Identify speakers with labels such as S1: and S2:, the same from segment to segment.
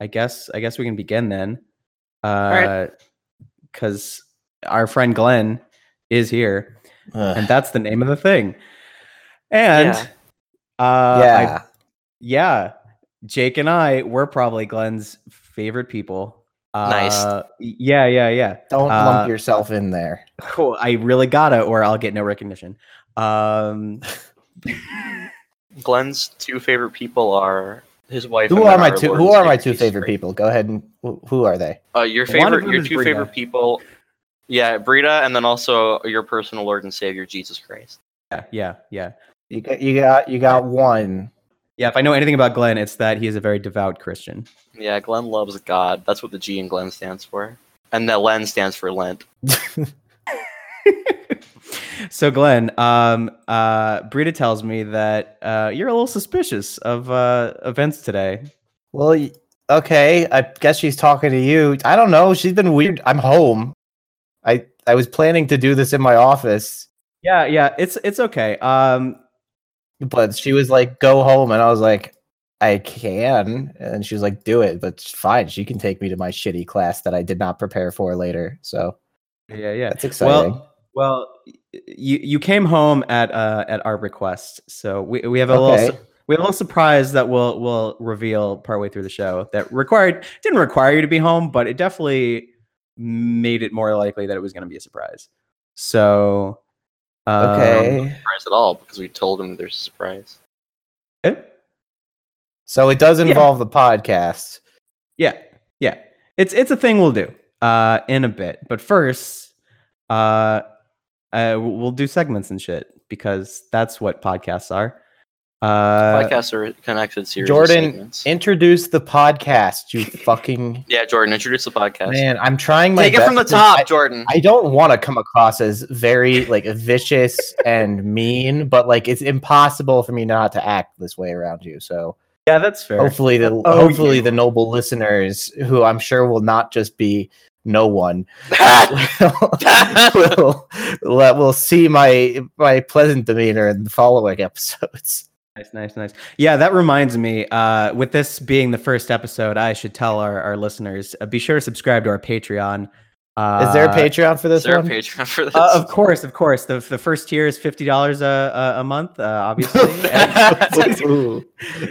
S1: I guess I guess we can begin then.
S2: right.
S1: Uh cuz our friend Glenn is here
S3: Ugh.
S1: and that's the name of the thing. And uh I,
S3: yeah.
S1: yeah, Jake and I were probably Glenn's favorite people. Uh,
S2: Nice.
S1: Yeah, yeah, yeah.
S3: Don't
S1: uh,
S3: lump yourself in there.
S1: Cool. I really got to or I'll get no recognition. Um
S2: Glenn's two favorite people are his wife.
S3: Who
S2: and
S3: are
S2: then
S3: my
S2: our
S3: two?
S2: Lord
S3: Who
S2: and
S3: are my
S2: Savior
S3: two
S2: Jesus
S3: favorite
S2: Christ.
S3: people? Go ahead and who, who are they?
S2: Uh, your
S1: One of
S2: favorite,
S1: them
S2: your
S1: is
S2: two
S1: Brita.
S2: favorite people. Yeah, Brita, and then also your personal Lord and Savior Jesus Christ.
S1: yeah, yeah, yeah.
S3: You got you got you got one.
S1: Yeah, if I know anything about Glenn, it's that he is a very devout Christian.
S2: Yeah, Glenn loves God. That's what the G in Glenn stands for, and that Len stands for Lent.
S1: so Glenn, um, uh, Brita tells me that uh, you're a little suspicious of uh, events today.
S3: Well, y- okay. I guess she's talking to you. I don't know. She's been weird. I'm home. I I was planning to do this in my office,
S1: Yeah, yeah, it's it's okay. Um,
S3: but she was like, "Go home," and I was like, "I can," and she was like, "Do it," but it's fine. She can take me to my shitty class that I did not prepare for later. So
S1: yeah, yeah.
S3: that's exciting.
S1: Well, y- you you came home at uh, at our request, so we we have a little.
S3: Okay.
S1: su- We have a little surprise that we'll we'll reveal partway through the show that required didn't require you to be home, but it definitely made it more likely that it was going to be a surprise. So, um,
S3: okay.
S2: Surprise at all because we told him there's a surprise.
S1: eh?
S3: So it does
S1: Yeah.
S3: involve the podcast.
S1: Yeah, yeah. It's it's a thing we'll do uh, in a bit, but first, uh, uh, w- we'll do segments and shit because that's what podcasts are. Uh,
S2: Podcasts are connected series. of
S3: Jordan,
S2: segments.
S3: Introduce the podcast, you fucking
S2: yeah, Jordan, introduce the podcast.
S3: man. I'm trying my
S2: Take it from the
S3: best to-
S2: top,
S3: I,
S2: Jordan.
S3: I don't want to come across as very like vicious and mean, but like it's impossible for me not to act this way around you. So
S1: yeah, that's fair.
S3: hopefully the
S1: Oh,
S3: hopefully
S1: yeah.
S3: the noble listeners who I'm sure will not just be no one
S2: Ah!
S3: will, will, will see my my pleasant demeanor in the following episodes.
S1: Nice, nice, nice. Yeah, that reminds me. Uh, with this being the first episode, I should tell our our listeners uh, be sure to subscribe to our Patreon. Uh,
S3: Is there a Patreon for
S2: Is
S3: this
S2: there a
S3: one?
S2: Patreon for this?
S1: Uh, of course, of course. The the first tier is fifty dollars a a month, uh, obviously. And-
S3: Ooh.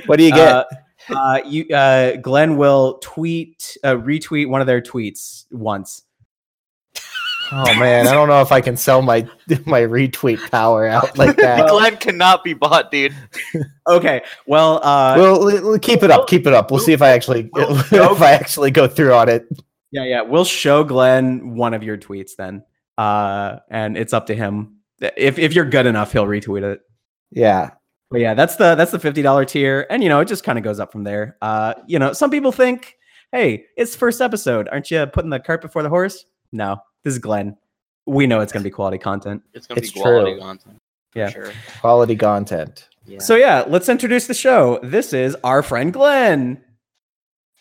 S3: what do you get?
S1: Uh, uh, you, uh, Glenn will tweet, uh, retweet one of their tweets once.
S3: oh man, I don't know if I can sell my my retweet power out like that.
S2: Glenn cannot be bought, dude.
S1: Okay. Well, uh,
S3: Well, l- l- keep it up, keep it up. We'll see if I actually
S1: Well,
S3: if I actually go through on it.
S1: yeah, yeah. We'll show Glenn one of your tweets then, uh, and it's up to him. If if you're good enough, he'll retweet it.
S3: Yeah,
S1: But yeah, that's the that's the fifty dollar tier, and you know it just kind of goes up from there. Uh, you know, some people think, hey, it's the first episode, aren't you putting the cart before the horse? No, this is Glenn. We know it's gonna be quality content.
S2: It's gonna
S3: It's
S2: be quality
S3: true.
S2: content. for
S1: Yeah.
S2: Sure.
S3: quality content.
S2: Yeah.
S1: So yeah, let's introduce the show. This is our friend Glenn.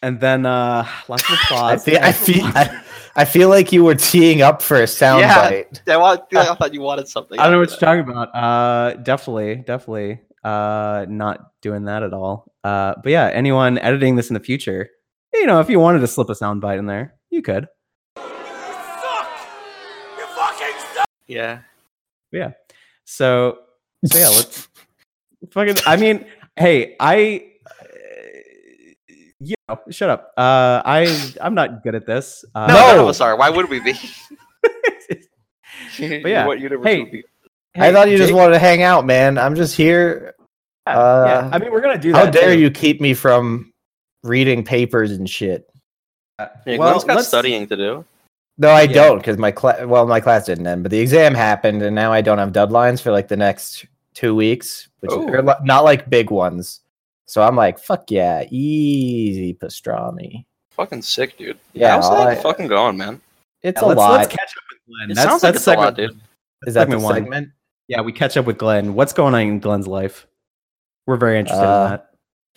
S1: And then uh lots of
S3: I,
S1: applause.
S3: thi- I feel I, I feel like you were teeing up for a soundbite.
S2: I, want, I thought you wanted something.
S1: Uh, I don't know what
S2: after
S1: you're talking about. Uh definitely, definitely uh not doing that at all. Uh but yeah, anyone editing this in the future, you know, if you wanted to slip a soundbite in there, you could.
S2: that. Yeah.
S1: So so yeah, let's fucking I mean, hey, I uh, you know, shut up. Uh I I'm not good at this. Uh,
S2: No, none of
S3: No.
S2: us are. Why would we be?
S1: yeah.
S2: What universe
S1: Hey,
S2: would be?
S3: I thought you
S1: Hey,
S3: just
S1: Jake-
S3: wanted to hang out, man. I'm just here.
S1: Yeah, yeah.
S3: Uh,
S1: I mean, we're gonna do that.
S3: How dare
S1: too.
S3: you keep me from reading papers and shit?
S1: Uh,
S2: Yeah,
S1: well,
S2: Glenn's got
S1: let's-
S2: studying to do.
S3: No, I
S1: Yeah.
S3: don't because my class. Well, my class didn't end, but the exam happened, and now I don't have deadlines for like the next two weeks, which
S2: Ooh.
S3: are li- not like big ones. So I'm like, fuck yeah, easy pastrami.
S2: Fucking sick, dude.
S3: Yeah,
S2: How's
S3: all
S2: that
S3: I-
S2: fucking going, man?
S3: It's
S1: Yeah,
S3: a
S1: let's,
S3: lot.
S1: Let's catch up with Glenn.
S2: It
S1: that's
S2: sounds like
S1: that's
S2: it's a
S1: segment,
S2: lot, dude.
S3: Is that the
S1: segment one.
S3: segment?
S1: Yeah, we catch up with Glenn. What's going on in Glenn's life? We're very interested
S3: Uh,
S1: in that.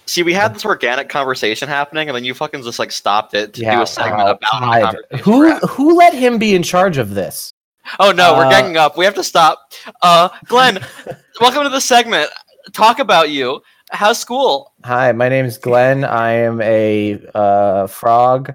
S2: See, we had this organic conversation happening, and then you fucking just like stopped it to do
S3: Yeah,
S2: a segment
S3: oh,
S1: uh,
S2: about our
S3: God.
S2: conversation
S3: Who
S2: we're having.
S3: who let him be in charge of this?
S2: Oh no, we're
S3: Uh,
S2: ganging up. We have to stop. Uh, Glenn, welcome to the segment. Talk about you. How's school?
S3: Hi, my name is Glenn. I am a uh, frog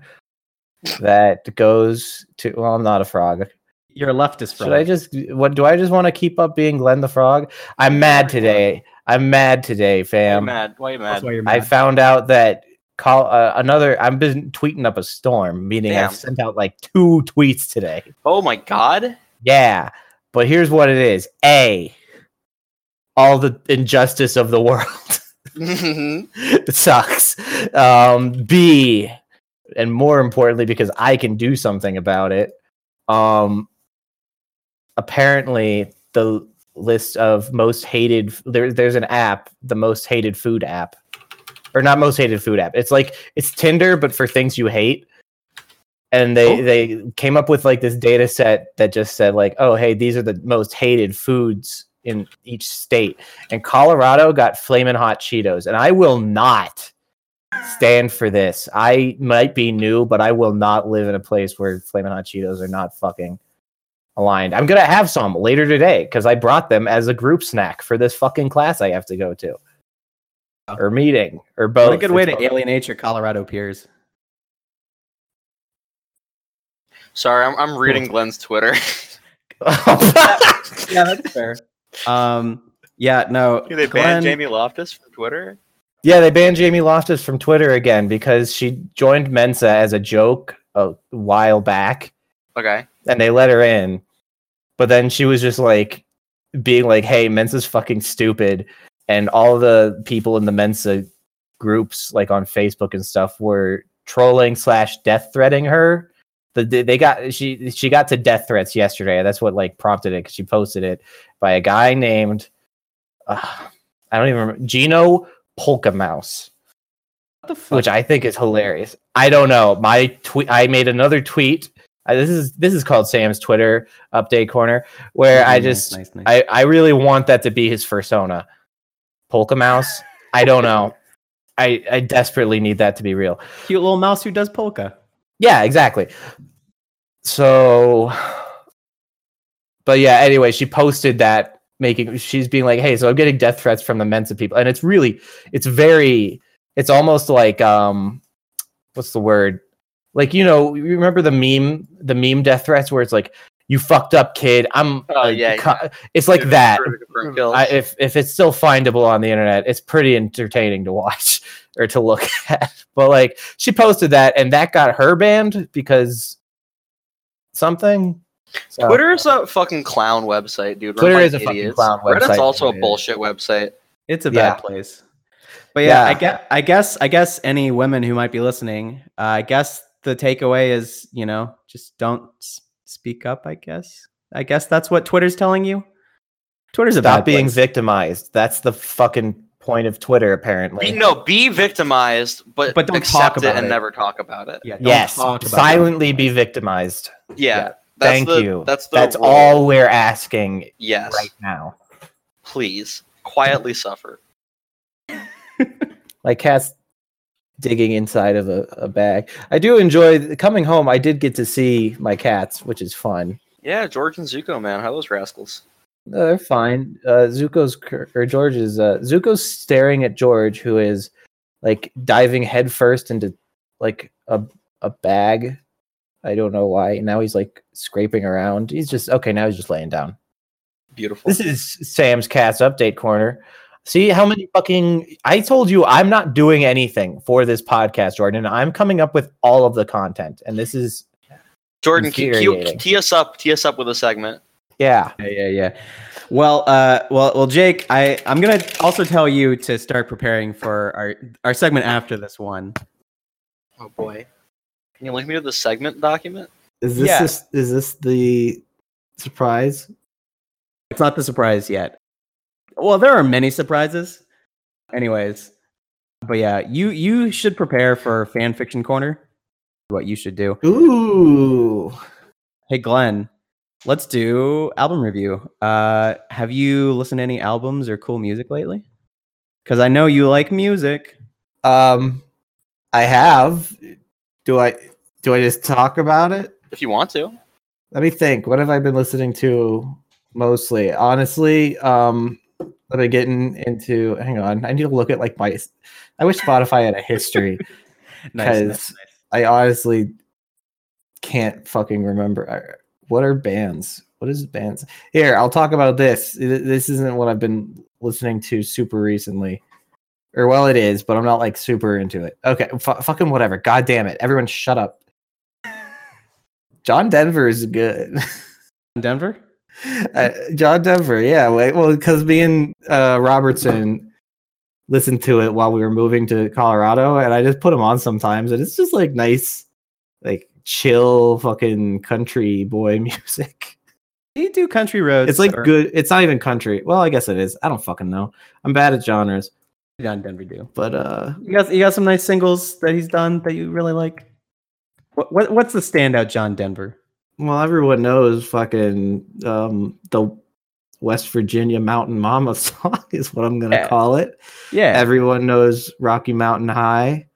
S3: that goes to. Well, I'm not a frog.
S1: You're a leftist.
S3: Should I just? What do I just want to keep up being Glenn the frog? I'm mad today. I'm mad today,
S2: Why you
S3: fam.
S2: mad? Why you
S1: That's
S2: mad?
S1: why you're
S3: I
S1: mad.
S3: found out that call uh, another. I've been tweeting up a storm, meaning
S2: Damn.
S3: I've sent out like two tweets today.
S2: Oh my god.
S3: Yeah, but here's what it is: a all the injustice of the world. it sucks. Um, B, and more importantly, because I can do something about it. Um, apparently, the list of most hated there, there's an app, the most hated food app, or not most hated food app. It's like it's Tinder, but for things you hate. And they,
S1: Oh.
S3: they came up with like this data set that just said like, oh hey, these are the most hated foods in each state and Colorado got flaming hot Cheetos. And I will not stand for this. I might be new, but I will not live in a place where flaming hot Cheetos are not fucking aligned. I'm gonna have some later today because I brought them as a group snack for this fucking class I have to go to. Or meeting or both.
S1: what a good way
S3: It's
S1: to alienate your Colorado peers.
S2: Sorry, I'm, I'm reading Glenn's Twitter.
S3: all-
S1: Yeah, that's fair. Um, yeah, no.
S2: they
S1: Glenn-
S2: banned Jamie Loftus from Twitter.
S3: Yeah, they banned Jamie Loftus from Twitter again because she joined Mensa as a joke a while back.
S2: Okay.
S3: and they let her in. But then she was just like being like, "Hey, Mensa's fucking stupid," and all the people in the Mensa groups, like on Facebook and stuff, were trolling slash death threatening her. The, they they got she she got to death threats yesterday. That's what like prompted it because she posted it by a guy named uh, I don't even remember Gino Polka Mouse
S1: What the fuck?
S3: which I think is hilarious. I don't know. My tweet. I made another tweet. Uh, this is this is called Sam's Twitter update corner, where I
S1: Mhm, nice,
S3: just
S1: nice, nice.
S3: I I really want that to be his persona, Polka Mouse. I don't know. I I desperately need that to be real.
S1: cute little mouse who does polka.
S3: Yeah, exactly. So, but yeah. Anyway, she posted that making she's being like, "Hey, so I'm getting death threats from the Mensa people," and it's really, it's very, it's almost like um, what's the word? Like you know, you remember the meme, the meme death threats where it's like, "You fucked up, kid." I'm.
S2: Oh,
S3: uh,
S2: yeah,
S3: co-" It's like that. I,
S2: I,
S3: if if it's still findable on the internet, it's pretty entertaining to watch or to look at. But like she posted that, and that got her banned because something. So,
S2: Twitter is a fucking clown website, dude. run
S3: uh, Twitter
S2: by
S3: is a fucking
S2: idiots.
S3: clown website,
S2: Reddit's also a
S3: dude.
S2: bullshit website.
S1: It's a
S3: Yeah.
S1: bad place. But yeah, I
S3: Yeah.
S1: guess I guess I guess any women who might be listening, uh, I guess the takeaway is you know just don't s- speak up. I guess I guess that's what Twitter's telling you. Twitter's a bad
S3: Stop being
S1: place.
S3: victimized. That's the fucking point of Twitter, apparently.
S2: Be- No, be victimized, but,
S1: But don't talk
S2: accept it
S1: about
S2: and
S1: it.
S2: never talk about it.
S1: yeah, don't
S3: yes,
S1: talk about
S3: silently be victimized.
S2: Yeah.
S3: Yeah.
S2: That's
S3: Thank
S2: the,
S3: you.
S2: That's the
S3: That's
S2: rule.
S3: all we're asking
S2: Yes.
S3: right now.
S2: Please quietly suffer.
S3: like cats digging inside of a, a bag. I do enjoy th- coming home. I did get to see my cats, which is fun.
S2: Yeah, George and Zuko, man, how those rascals?
S3: No, they're fine. Uh, Zuko's cur- or George's uh, Zuko's staring at George, who is like diving headfirst into like a a bag. I don't know why. Now he's like scraping around. He's just okay. Now he's just laying down.
S2: Beautiful.
S3: This is Sam's Cats Update Corner. See how many fucking. I told you I'm not doing anything for this podcast, Jordan. I'm coming up with all of the content. And this is,
S2: Jordan, keep- keep-
S3: infuriating.
S2: tee us up, tee us up with a segment.
S3: yeah.
S1: Yeah, yeah, yeah. Well, uh, well, well, Jake, I I'm gonna also tell you to start preparing for our our segment after this one.
S2: Oh boy. Can you link me to the segment document?
S4: Is
S3: Yeah.
S4: this, this is this the surprise?
S1: It's not the surprise yet. Well, there are many surprises. Anyways, but yeah, you you should prepare for fan fiction corner. What you should do.
S4: Ooh.
S1: Hey Glenn, let's do album review. Uh have you listened to any albums or cool music lately? Cuz I know you like music.
S4: Um I have do I do I just talk about it?
S2: If you want to.
S4: Let me think. What have I been listening to mostly? Honestly, um
S3: that I get in, into. Hang on, I need to look at like my. I wish Spotify had a history.
S1: Nice.
S3: 'Cause- I honestly can't fucking remember. I- What are bands? What is bands? Here, I'll talk about this. Th- This isn't what I've been listening to super recently. Or well, it is, but I'm not like super into it. Okay, fu- fucking whatever. God damn it! Everyone, shut up. John Denver is good.
S1: Denver.
S3: uh, John Denver, yeah. Wait, well, because me and uh, Robertson listened to it while we were moving to Colorado, and I just put him on sometimes, and it's just like nice, like chill, fucking country boy music.
S1: Do you do country roads?
S3: It's like
S1: or-
S3: good. It's not even country. Well, I guess it is. I don't fucking know. I'm bad at genres,
S1: John Denver do.
S3: but uh,
S1: You got you got some nice singles that he's done that you really like. What, what what's the standout John Denver?
S3: well, everyone knows fucking um the West Virginia Mountain Mama song is what I'm gonna
S1: Yeah.
S3: call it.
S1: Yeah,
S3: Everyone knows Rocky Mountain High.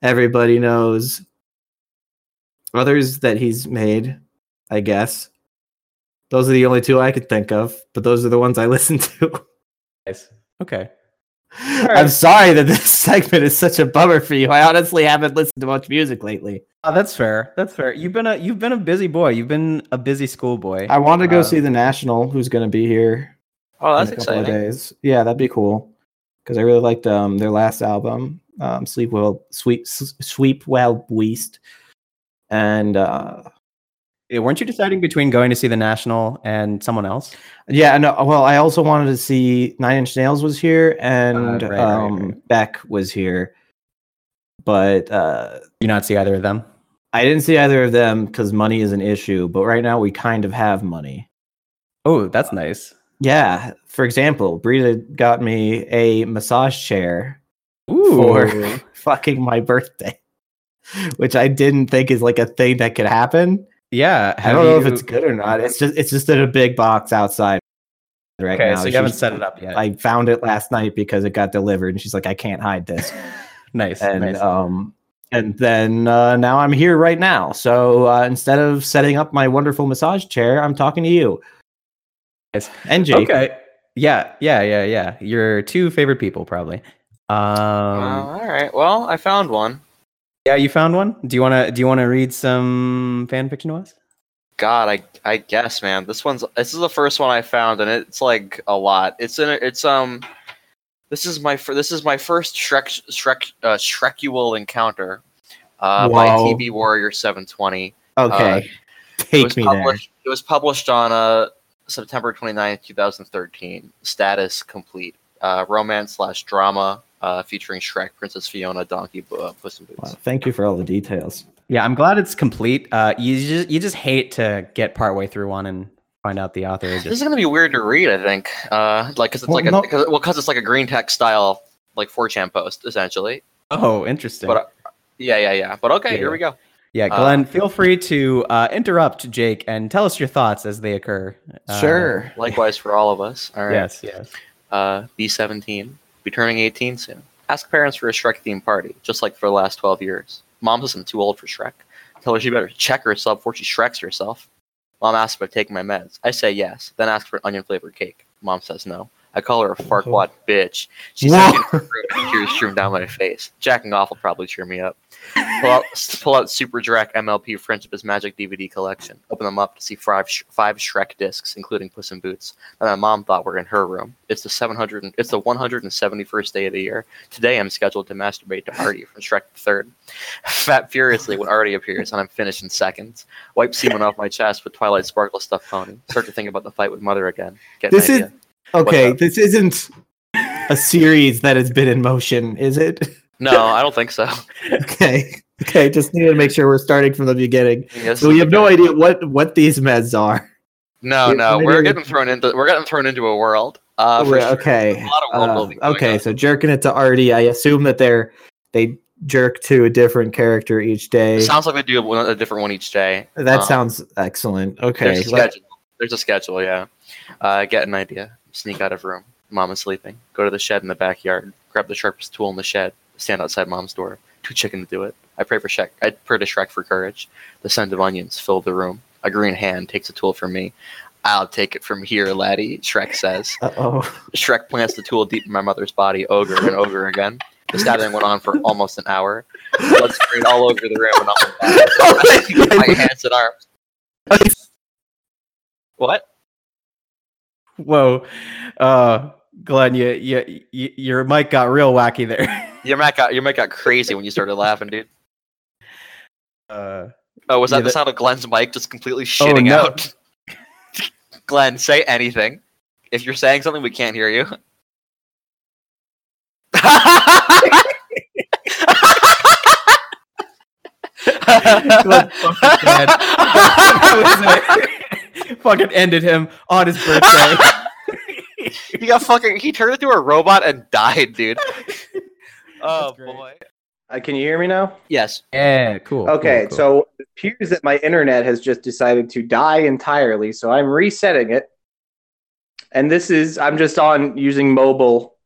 S3: Everybody knows others that he's made, I guess. Those are the only two I could think of, but those are the ones I listen to.
S1: nice. Okay.
S3: I'm sorry that this segment is such a bummer for you. I honestly haven't listened to much music lately.
S1: Oh, that's fair. That's fair. You've been a you've been a busy boy. You've been a busy schoolboy.
S3: I want to go
S1: Uh,
S3: see the National, who's going to be here
S2: Oh, that's
S3: in a couple
S2: exciting.
S3: of days. Yeah, that'd be cool because I really liked um, their last album, um, Sleep Well, Sweep, S- Sweep Well, Beast, and uh,
S1: Yeah, weren't you deciding between going to see the National and someone else?
S3: yeah, no. Well, I also wanted to see Nine Inch Nails was here and
S1: Ah, right, right,
S3: um,
S1: right.
S3: Beck was here, but uh,
S1: You not see either of them?
S3: I didn't see either of them because money is an issue. But right now, we kind of have money.
S1: Oh, that's nice.
S3: Yeah. For example, Brita got me a massage chair
S1: Ooh,
S3: for fucking my birthday, which I didn't think is like a thing that could happen.
S1: yeah.
S3: I
S1: have
S3: don't know if
S1: you-
S3: it's good or not. It's just it's just in a big box outside right
S1: okay.
S3: now.
S1: So you
S3: She's-
S1: haven't set it up yet.
S3: I found it last night because it got delivered, and she's like, "I can't hide this."
S1: nice.
S3: And
S1: nice.
S3: um, and then uh, now I'm here right now. So uh, instead of setting up my wonderful massage chair, I'm talking to you.
S1: Yes.
S3: And Jake.
S1: Okay. Yeah, yeah, yeah, yeah. Your two favorite people, probably. Um,
S2: Wow, all right. Well, I found one.
S1: Yeah, you found one. Do you wanna do you wanna read some fan fiction to us?
S2: God, I I guess, man. This one's this is the first one I found, and it's like a lot. It's in a, it's um, this is my fir- this is my first Shrek Shrek uh, Shrekual encounter. Uh, by
S3: Whoa.
S2: TB Warrior 720.
S1: uh,
S3: Okay.
S2: It
S3: Take
S2: was
S3: me there.
S2: published. It was published on uh, September 29th, 2013. Status complete. Uh, romance slash drama uh, featuring Shrek, Princess Fiona, Donkey, Bu- uh, Puss in Boots.
S3: Wow, thank you for all the details.
S1: Yeah, I'm glad it's complete. Uh, you just you just hate to get partway through one and find out the author is
S2: This
S1: just
S2: is gonna be weird to read, I think. Uh, like, cause it's
S3: Well,
S2: like a,
S3: no-
S2: cause, well, 'cause it's like a green text style, like 4chan post, essentially.
S1: oh interesting.
S2: But, uh, Yeah, yeah, yeah. But okay,
S1: Yeah,
S2: here we go.
S1: yeah,
S2: uh,
S1: Glenn, feel free to uh, interrupt Jake and tell us your thoughts as they occur. Uh,
S3: sure.
S2: Likewise for all of us. All right.
S1: Yes. Yes.
S2: Uh, be 17. Be turning 18 soon. Ask parents for a Shrek themed party, just like for the last 12 years. Mom says I'm too old for Shrek. Tell her she better check herself before she Shreks herself. Mom asks if I've taken my meds. I say yes, then ask for an onion flavored cake. Mom says no. I call her a farquad bitch. She says
S3: Whoa.
S2: she tears stream down my face. Jacking off will probably cheer me up. Pull out, pull out Super Drac MLP Friendship is Magic DVD collection. Open them up to see five sh- five Shrek discs, including Puss in Boots, that my mom thought were in her room. It's the 700. and- It's the 171st day of the year. Today I'm scheduled to masturbate to Artie from Shrek the Third. Fat furiously when Artie appears, and I'm finished in seconds. Wipe semen off my chest with Twilight Sparkle stuffed pony. Start to think about the fight with Mother again. Get an
S3: This is
S2: idea.
S3: okay.
S2: up?
S3: This isn't a series that has been in motion, is it?
S2: No, I don't think so. I
S3: Okay. Okay. Just needed to make sure we're starting from the beginning.
S2: think this
S3: So
S2: is
S3: we
S2: the
S3: have no
S2: third.
S3: idea what what these meds are.
S2: No,
S3: Yeah,
S2: no,
S3: maybe
S2: we're
S3: we-
S2: getting thrown into we're getting thrown into a world. Uh, for
S3: We're-
S2: sure. There's
S3: okay.
S2: a lot of world
S3: Uh,
S2: building. going
S3: okay.
S2: on.
S3: So jerking it to Artie, I assume that they're they jerk to a different character each day.
S2: It sounds like they do one- a different one each day.
S3: that
S2: Um,
S3: sounds excellent. Okay.
S2: There's a
S3: let-
S2: schedule. There's a schedule. Yeah. Uh, get an idea. Sneak out of room. Mom is sleeping. Go to the shed in the backyard. Grab the sharpest tool in the shed. Stand outside mom's door. Too chicken to do it. I pray for Shrek. I pray to Shrek for courage. The scent of onions fill the room. A green hand takes a tool from me. I'll take it from here, laddie, Shrek says.
S3: Uh oh.
S2: Shrek plants the tool deep in my mother's body, ogre and ogre again. The stabbing went on for almost an hour. Blood sprayed all over the room and all my back, my hands and arms. What?
S1: Whoa, uh, Glenn, you, you, you, your mic got real wacky there.
S2: Your mic got your mic got crazy when you started laughing, dude.
S1: Uh,
S2: Oh, was that
S1: Yeah,
S2: the
S1: that- Oh,
S2: sound of Glenn's mic just completely shitting
S1: no.
S2: out? Glenn, say anything. If you're saying something, we can't hear you.
S1: Glenn fucked his dad. fucking ended him on his birthday.
S2: he got fucking. He turned into a robot and died, dude. Oh
S1: That's great.
S2: boy.
S5: Uh, can you hear me now?
S2: Yes.
S1: Yeah, cool.
S5: Okay, so it appears that my internet has just decided to die entirely, so I'm resetting it. And this is I'm just on using mobile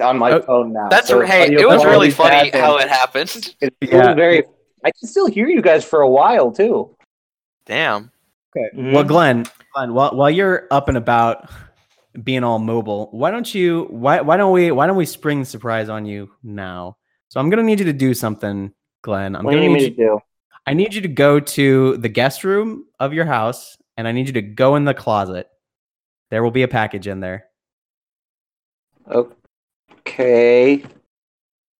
S5: on my
S1: Oh,
S5: phone now.
S2: That's
S5: so
S2: hey.
S5: audio
S2: It was
S5: quality
S2: really
S5: is
S2: funny
S5: bad, and
S2: how it happened.
S5: it's still
S1: Yeah.
S5: very I can still hear you guys for a while too.
S2: Damn.
S5: Mm-hmm.
S1: well, Glenn, Glenn, while while you're up and about being all mobile, why don't you why why don't we why don't we spring the surprise on you now? So I'm gonna need you to do something, Glenn. I'm
S5: what do
S1: gonna
S5: you
S1: need
S5: mean to
S1: you-
S5: do?
S1: I need you to go to the guest room of your house, and I need you to go in the closet. There will be a package in there.
S5: Okay.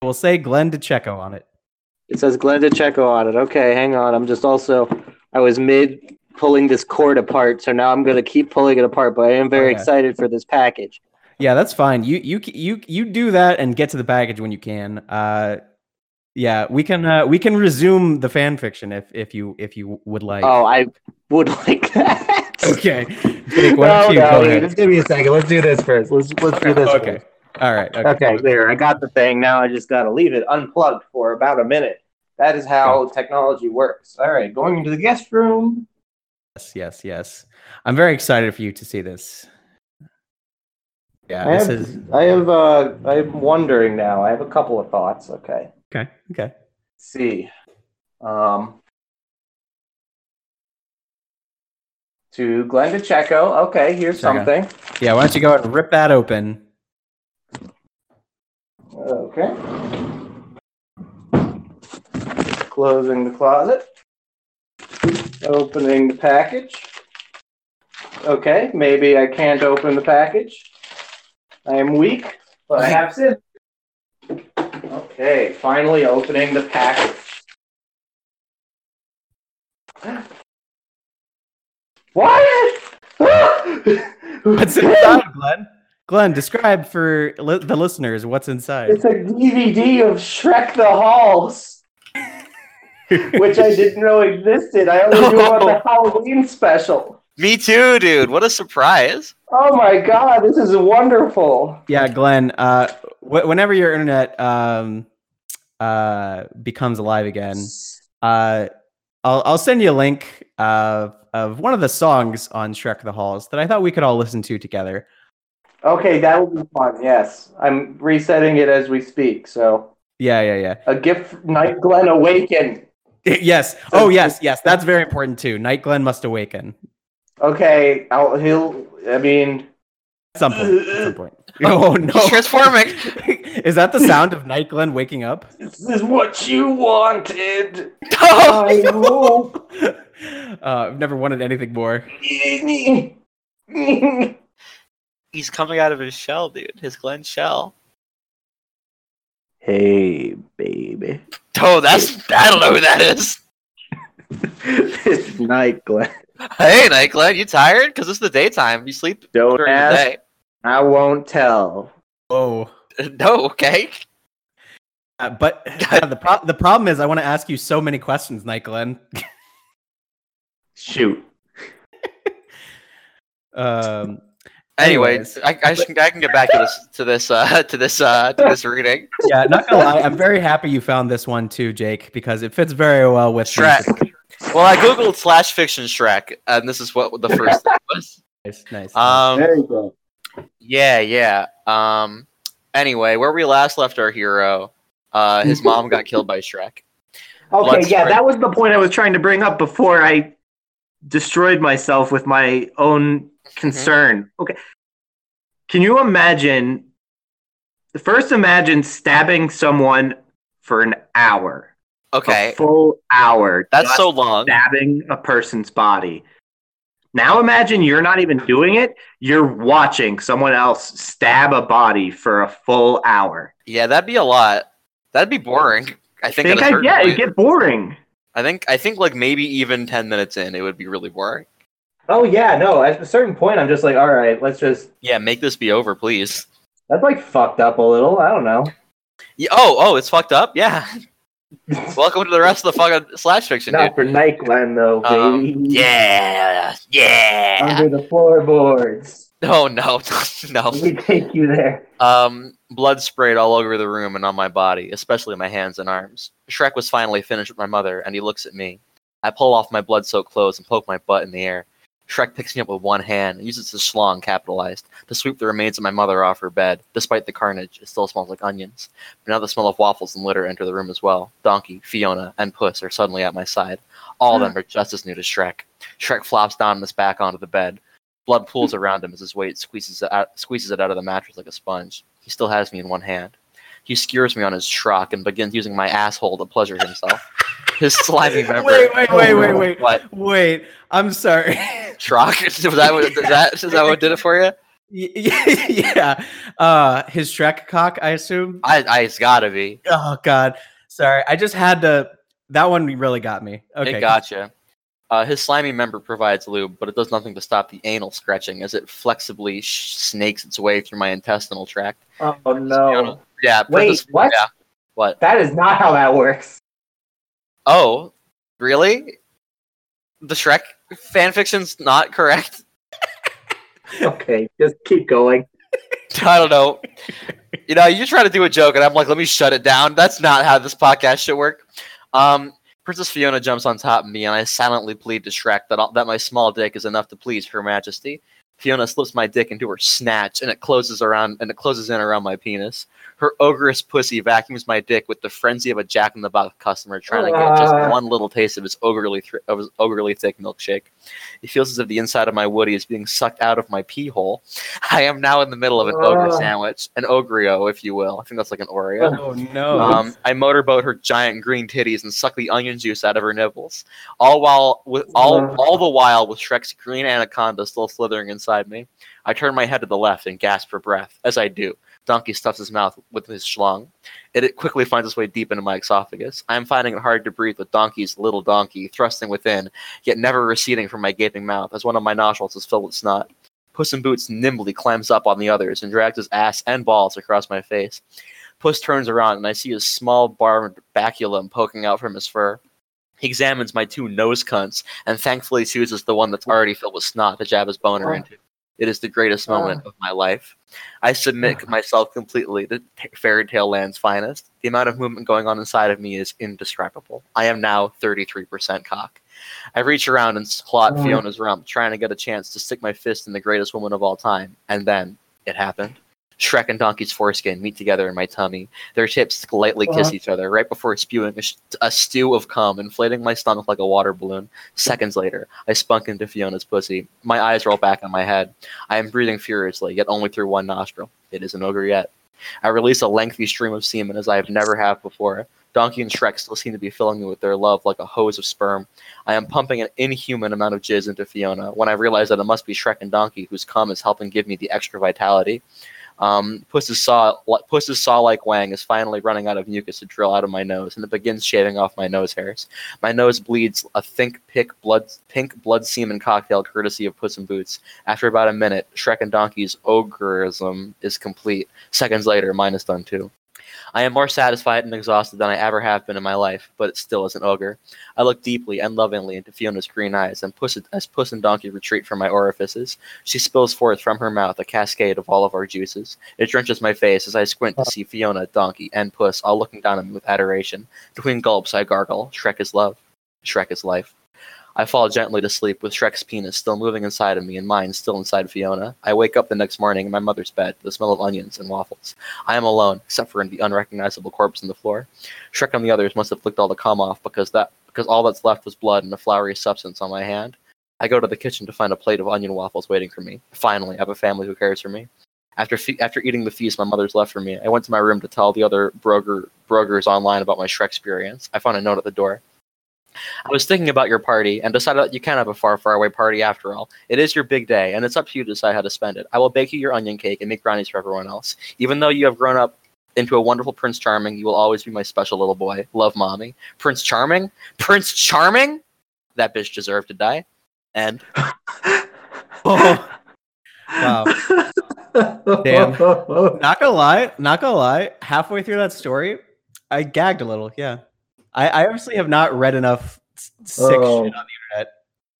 S1: We'll say Glenn DeCheco on it.
S5: It says Glenn DeCheco on it. Okay, hang on. I'm just also I was mid pulling this cord apart, so now I'm gonna keep pulling it apart, but I am very
S1: Okay.
S5: excited for this package.
S1: Yeah, that's fine. You you c- you you do that and get to the package when you can. Uh, yeah, we can uh, we can resume the fan fiction if if you if you would like.
S5: Oh, I would like that.
S1: okay. Jake, why don't you
S5: no,
S1: go
S5: no,
S1: ahead?
S5: just give me a second. Let's do this first. Let's let's do this.
S1: Okay.
S5: first.
S1: All right. Okay.
S5: Okay, there. I got the thing. Now I just got to leave it unplugged for about a minute. That is how technology works. All right, going into the guest room.
S1: Yes. Yes. Yes. I'm very excited for you to see this. Yeah.
S5: I
S1: this
S5: have,
S1: is
S5: I have, uh, I'm wondering now. I have a couple of thoughts. Okay.
S1: okay. Okay.
S5: Let's see. Um, to Glenn DeCheco. Okay, here's
S1: Checo.
S5: something.
S1: Yeah. Why don't you go ahead and rip that open?
S5: Okay. Closing the closet. Opening the package. Okay, maybe I can't open the package. I am weak, but I have sin. Okay, finally opening the package. Wyatt!
S1: What's inside, Glenn? Glenn, describe for li- the listeners what's inside.
S5: It's a DVD of Shrek the Halls, which I didn't know existed. I only knew about the Halloween special.
S2: Me too, dude. What a surprise.
S5: Oh my god, this is wonderful.
S1: Yeah, Glenn. Uh, wh- whenever your internet um, uh, becomes alive again, uh, I'll I'll send you a link of of one of the songs on Shrek the Halls that I thought we could all listen to together.
S5: Okay, that will be fun. Yes, I'm resetting it as we speak. So,
S1: Yeah, yeah,
S5: a gift, Night Glen Awaken.
S1: yeah. yes. Oh, yes, yes. That's very important too. Night Glenn must awaken
S5: Okay, I'll, he'll. I mean,
S1: at some point. At some point. Oh
S2: He's
S1: no!
S2: transforming.
S1: Is that the sound of Night Glenn waking up?
S5: this is what you wanted.
S2: Oh,
S5: I hope.
S1: uh, I've never wanted anything more.
S2: he's coming out of his shell, dude. His Glenn shell.
S5: Hey, baby.
S2: Oh, that's I don't know who that is.
S5: it's Night Glen.
S2: Hey, Night Glenn, you tired? Because it's the daytime. You sleep
S5: Don't
S2: during
S5: ask.
S2: the
S5: I won't tell.
S1: Oh.
S2: day. No, okay.
S1: Uh, but yeah, the pro- the problem is I want to ask you so many questions, Night Glenn.
S5: Shoot.
S1: Um,
S2: Anyway,
S1: Anyways.
S2: I, I, should, I can get back to this to this uh, to this uh, to this reading.
S1: yeah, not gonna lie, I'm very happy you found this one too, Jake, because it fits very well with the-
S2: Shrek. Well, I googled slash fiction Shrek, and this is what the first thing was.
S1: Nice, nice.
S2: Um,
S5: you go.
S2: yeah, yeah. Um, anyway, where we last left our hero, uh, his mom got killed by Shrek.
S5: Okay,
S2: Let's
S5: yeah,
S2: try-
S5: that was the point I was trying to bring up before I destroyed myself with my own
S2: Mm-hmm.
S5: concern. Okay. Can you imagine? First, imagine stabbing someone for an hour,
S2: Okay,
S5: a full hour.
S2: that's
S5: just
S2: so long.
S5: stabbing a person's body. Now imagine you're not even doing it, you're watching someone else stab a body for a full hour.
S2: Yeah, that'd be a lot. That'd be boring. I think.
S5: Think
S2: at a
S5: I,
S2: certain
S5: yeah,
S2: point.
S5: it get boring.
S2: I think. I think like maybe even ten minutes in, it would be really boring.
S5: Oh yeah, no, at a certain point I'm just like, all right, let's just
S2: Yeah, make this be over, please.
S5: that's like fucked up a little. I don't know.
S2: Yeah, oh, oh, it's fucked up. Yeah. Welcome to the rest of the fucking slash fiction, dude.
S5: Not for Nightland though,
S2: Um,
S5: baby.
S2: Yeah, yeah.
S5: Under the floorboards.
S2: No, no, no.
S5: We take you there.
S2: Um, blood sprayed all over the room and on my body, especially my hands and arms. Shrek was finally finished with my mother, and he looks at me. I pull off my blood-soaked clothes and poke my butt in the air. Shrek picks me up with one hand and uses his schlong, capitalized, to sweep the remains of my mother off her bed. Despite the carnage, it still smells like onions. But now the smell of waffles and litter enter the room as well. Donkey, Fiona, and Puss are suddenly at my side. All of them are just as new to Shrek. Shrek flops down on his back onto the bed. Blood pools around him as his weight squeezes it out, squeezes it out of the mattress like a sponge. He still has me in one hand. He skewers me on his truck and begins using my asshole to pleasure himself. His slimy member.
S1: Wait, wait, wait, wait, wait,
S2: What?
S1: wait. I'm sorry.
S2: Truck? Is that what, is that, is that what did it for you?
S1: yeah. Uh, his Shrek cock, I assume.
S2: I, I, it's gotta be.
S1: Oh God, sorry. I just had to. That one really got me. Okay,
S2: It gotcha. Uh, his slimy member provides lube, but it does nothing to stop the anal scratching as it flexibly sh- snakes its way through my intestinal tract.
S5: Oh no.
S2: Yeah. put
S5: Wait,
S2: this-
S5: what?
S2: Yeah. What?
S5: That is not how that works.
S2: Oh, really? The Shrek fanfiction's not correct?
S5: Okay, just keep going.
S2: I don't know. You know, you try to do a joke, and I'm like, let me shut it down. That's not how this podcast should work. Um, Princess Fiona jumps on top of me, and I silently plead to Shrek that, that my small dick is enough to please Her Majesty. Fiona slips my dick into her snatch, and it closes around and it closes in around my penis. Her ogreous pussy vacuums my dick with the frenzy of a Jack in the Box customer trying to get
S5: Ah.
S2: just one little taste of his ogrely thr of his ogrely thick milkshake. It feels as if the inside of my woody is being sucked out of my pee hole. I am now in the middle of an ogre
S5: Ah.
S2: sandwich, an ogrio, if you will. I think that's like an Oreo.
S1: Oh no.
S2: Um, I motorboat her giant green titties and suck the onion juice out of her nipples, all while with all
S5: Ugh.
S2: all the while with Shrek's green anaconda still slithering inside me. I turn my head to the left and gasp for breath. As I do, Donkey stuffs his mouth with his schlong. It, it quickly finds its way deep into my esophagus. I am finding it hard to breathe with Donkey's little donkey thrusting within, yet never receding from my gaping mouth as one of my nostrils is filled with snot. Puss in Boots nimbly climbs up on the others and drags his ass and balls across my face. Puss turns around and I see his small barbed baculum poking out from his fur. He examines my two nose cunts and thankfully chooses the one that's already filled with snot to jab his boner
S5: Ah.
S2: into. It is the greatest moment of my life. I submit myself completely to t- fairy tale land's finest. The amount of movement going on inside of me is indescribable. I am now 33% cock. I reach around and claw at
S5: Mm.
S2: Fiona's rump, trying to get a chance to stick my fist in the greatest woman of all time. And then it happened. Shrek and Donkey's foreskin meet together in my tummy. Their tips lightly kiss each other right before spewing a, sh- a stew of cum, inflating my stomach like a water balloon. Seconds later, I spunk into Fiona's pussy. My eyes roll back on my head. I am breathing furiously, yet only through one nostril. It isn't over yet. I release a lengthy stream of semen as I have never have before. Donkey and Shrek still seem to be filling me with their love like a hose of sperm. I am pumping an inhuman amount of jizz into Fiona when I realize that it must be Shrek and Donkey whose cum is helping give me the extra vitality. Um, Puss's saw, Puss's saw-like wang is finally running out of mucus to drill out of my nose, and it begins shaving off my nose hairs. My nose bleeds a thick, pick blood, pink blood semen cocktail, courtesy of Puss in Boots. After about a minute, Shrek and Donkey's ogreism is complete. Seconds later, mine is done too. I am more satisfied and exhausted than I ever have been in my life, but it still isn't ogre. I look deeply and lovingly into Fiona's green eyes, and puss, as Puss and Donkey retreat from my orifices, she spills forth from her mouth a cascade of all of our juices. It drenches my face as I squint to see Fiona, Donkey, and Puss all looking down at me with adoration. Between gulps, I gargle, Shrek is love, Shrek is life. I fall gently to sleep with Shrek's penis still moving inside of me and mine still inside Fiona. I wake up the next morning in my mother's bed to the smell of onions and waffles. I am alone, except for the unrecognizable corpse on the floor. Shrek and the others must have licked all the cum off because that because all that's left was blood and a floury substance on my hand. I go to the kitchen to find a plate of onion waffles waiting for me. Finally, I have a family who cares for me. After fe- after eating the feast my mother's left for me, I went to my room to tell the other broker brokers online about my Shrek experience. I found a note at the door. I was thinking about your party and decided that you can't have a far, far away party after all. It is your big day, and it's up to you to decide how to spend it. I will bake you your onion cake and make brownies for everyone else. Even though you have grown up into a wonderful Prince Charming, you will always be my special little boy. Love, mommy. Prince Charming? Prince Charming? That bitch deserved to die. And
S1: Oh, wow. Damn. Not gonna lie, not gonna lie. Halfway through that story, I gagged a little. Yeah, I, I obviously have not read enough s- sick
S3: Oh.
S1: shit on the internet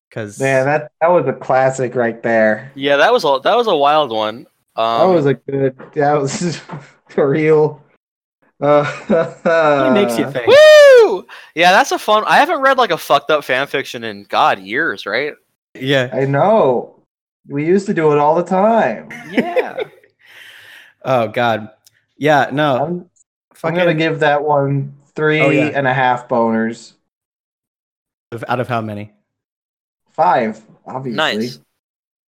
S1: because
S3: Man, that that was a classic right there.
S2: yeah, that was a that was a wild one. Um,
S3: That was a good. That was a real.
S1: it
S3: Uh,
S1: really makes you think.
S2: woo. Yeah, that's a fun. I haven't read like a fucked up fan fiction in god years, right?
S1: Yeah.
S3: I know. We used to do it all the time.
S2: Yeah.
S1: Oh God. Yeah. No.
S3: I'm, I'm
S1: Uh, Fucking
S3: gonna give that one three and
S1: Oh,
S3: a half
S1: yeah.
S3: boners.
S1: of- out of how many?
S3: Five, obviously.
S2: nice.
S1: I-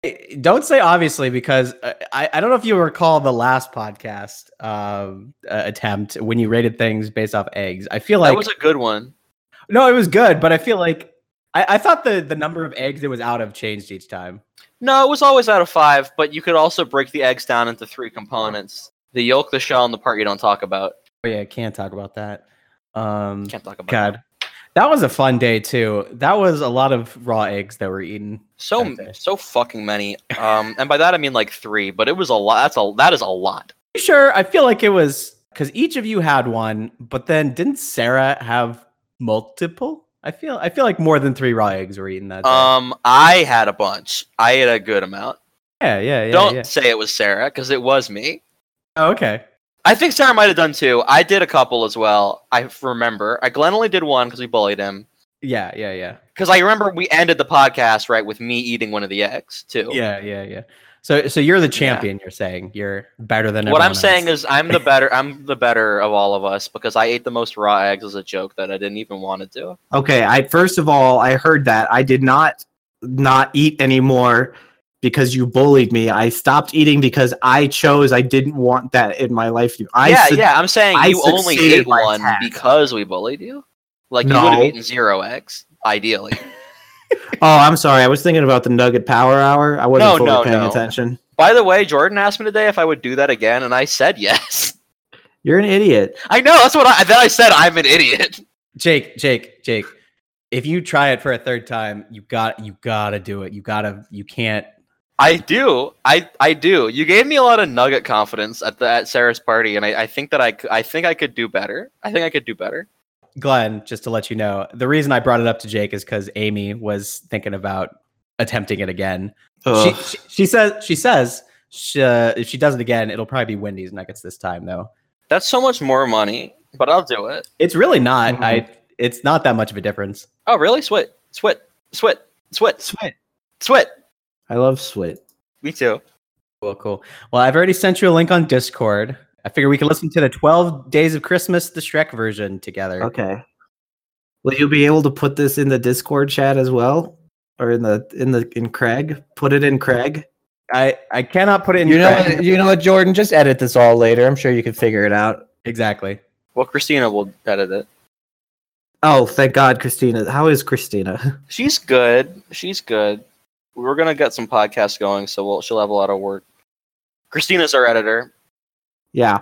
S1: Eh, Don't say obviously because uh, I, I don't know if you recall the last podcast um, uh, attempt when you rated things based off eggs. I feel like
S2: that was a good one.
S1: no, it was good, but I feel like I, I thought the the number of eggs it was out of changed each time.
S2: No, it was always out of five, but you could also break the eggs down into three components: the yolk, the shell, and the part you don't talk about.
S1: Oh yeah, I can't talk about that. Um,
S2: Can't talk about.
S1: God, that was a fun day too. That was a lot of raw eggs that were eaten.
S2: So
S1: Okay.
S2: so fucking many. Um, and by that I mean like three, but it was a lot. That's a that is a lot.
S1: Sure, I feel like it was because each of you had one, but then didn't Sarah have multiple? I feel I feel like more than three raw eggs were eaten that day.
S2: Um, I had a bunch. I ate a good amount.
S1: yeah, yeah, yeah.
S2: Don't
S1: yeah.
S2: say it was Sarah because it was me.
S1: Oh, okay.
S2: I think Sarah might have done two. I did a couple as well. I f- remember. I Glenn only did one because we bullied him.
S1: Yeah, yeah, yeah,
S2: Because I remember we ended the podcast right with me eating one of the eggs too.
S1: yeah, yeah, yeah. So, so you're the champion. You're saying you're better than
S2: What I'm saying is I'm the better I'm the better of all of us because I ate the most raw eggs as a joke that I didn't even want to do.
S6: Okay, I first of all, I heard that. I did not not eat anymore because you bullied me. I stopped eating because I chose I didn't want that in my life. I
S2: yeah,
S6: su-
S2: yeah. I'm saying
S6: I
S2: you only
S6: succeeded
S2: ate
S6: my
S2: one
S6: task.
S2: because we bullied you. Like you
S6: No.
S2: would have eaten zero eggs, ideally.
S6: Oh, I'm sorry. I was thinking about the Nugget Power Hour. I wasn't
S2: No,
S6: fully
S2: no,
S6: paying
S2: no.
S6: attention.
S2: By the way, Jordan asked me today if I would do that again, and I said yes.
S6: You're an idiot.
S2: I know that's what I. Then I said I'm an idiot.
S1: Jake, Jake, Jake. If you try it for a third time, you got you gotta do it. You gotta you can't.
S2: I do. I I do. You gave me a lot of nugget confidence at the at Sarah's party, and I, I think that I c- I think I could do better. I think I could do better.
S1: Glenn, just to let you know, the reason I brought it up to Jake is because Amy was thinking about attempting it again. She,
S6: Ugh.
S1: she she says she says she, uh, if she does it again, it'll probably be Wendy's Nuggets this time though.
S2: That's so much more money, but I'll do it.
S1: It's really not.
S3: Mhm.
S1: I it's not that much of a difference.
S2: Oh really? Swit, swit, swit, swit,
S6: Swit.
S2: swit.
S6: I love Swit.
S2: Me too.
S1: Well, cool. Well, I've already sent you a link on Discord. I figure we can listen to the 12 Days of Christmas, the Shrek version
S3: Uh,
S1: together.
S6: Okay.
S3: Will you be able to put this in the Discord chat as well, or in the in the in Craig? Put it in Craig.
S1: I, I cannot put it in
S3: You know,
S1: Shrek.
S3: what, you know what, Jordan? Just edit this all later. I'm sure you can figure it out.
S1: exactly.
S2: Well, Christina will edit it.
S3: Oh, thank God, Christina. How is Christina?
S2: She's good. She's good. We're gonna get some podcasts going, so we'll, she'll have a lot of work. Christina's our editor,
S6: Yeah.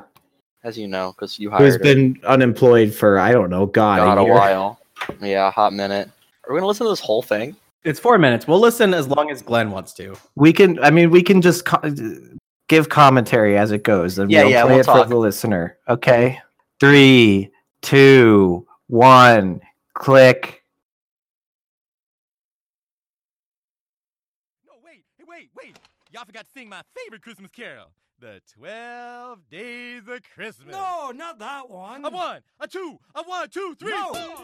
S2: as you know, because you
S6: Who's
S2: hired her.
S6: been unemployed for I don't know, God,
S2: Got
S6: a
S2: a
S6: year.
S2: while. Yeah, a hot minute. Are we gonna listen to this whole thing?
S1: It's four minutes. We'll listen as long as Glenn wants to.
S3: we can. I mean, we can just co- give commentary as it goes, and
S2: Yeah,
S3: we'll
S2: yeah,
S3: play
S2: we'll
S3: it
S2: talk.
S3: for the listener. Okay. Three, two, one. Click.
S7: No, wait, hey, wait, wait! Y'all forgot to sing my favorite Christmas carol, The Twelve Days of Christmas.
S8: No, not that one.
S7: A one, a two, a one, two, three.
S8: No.
S7: four.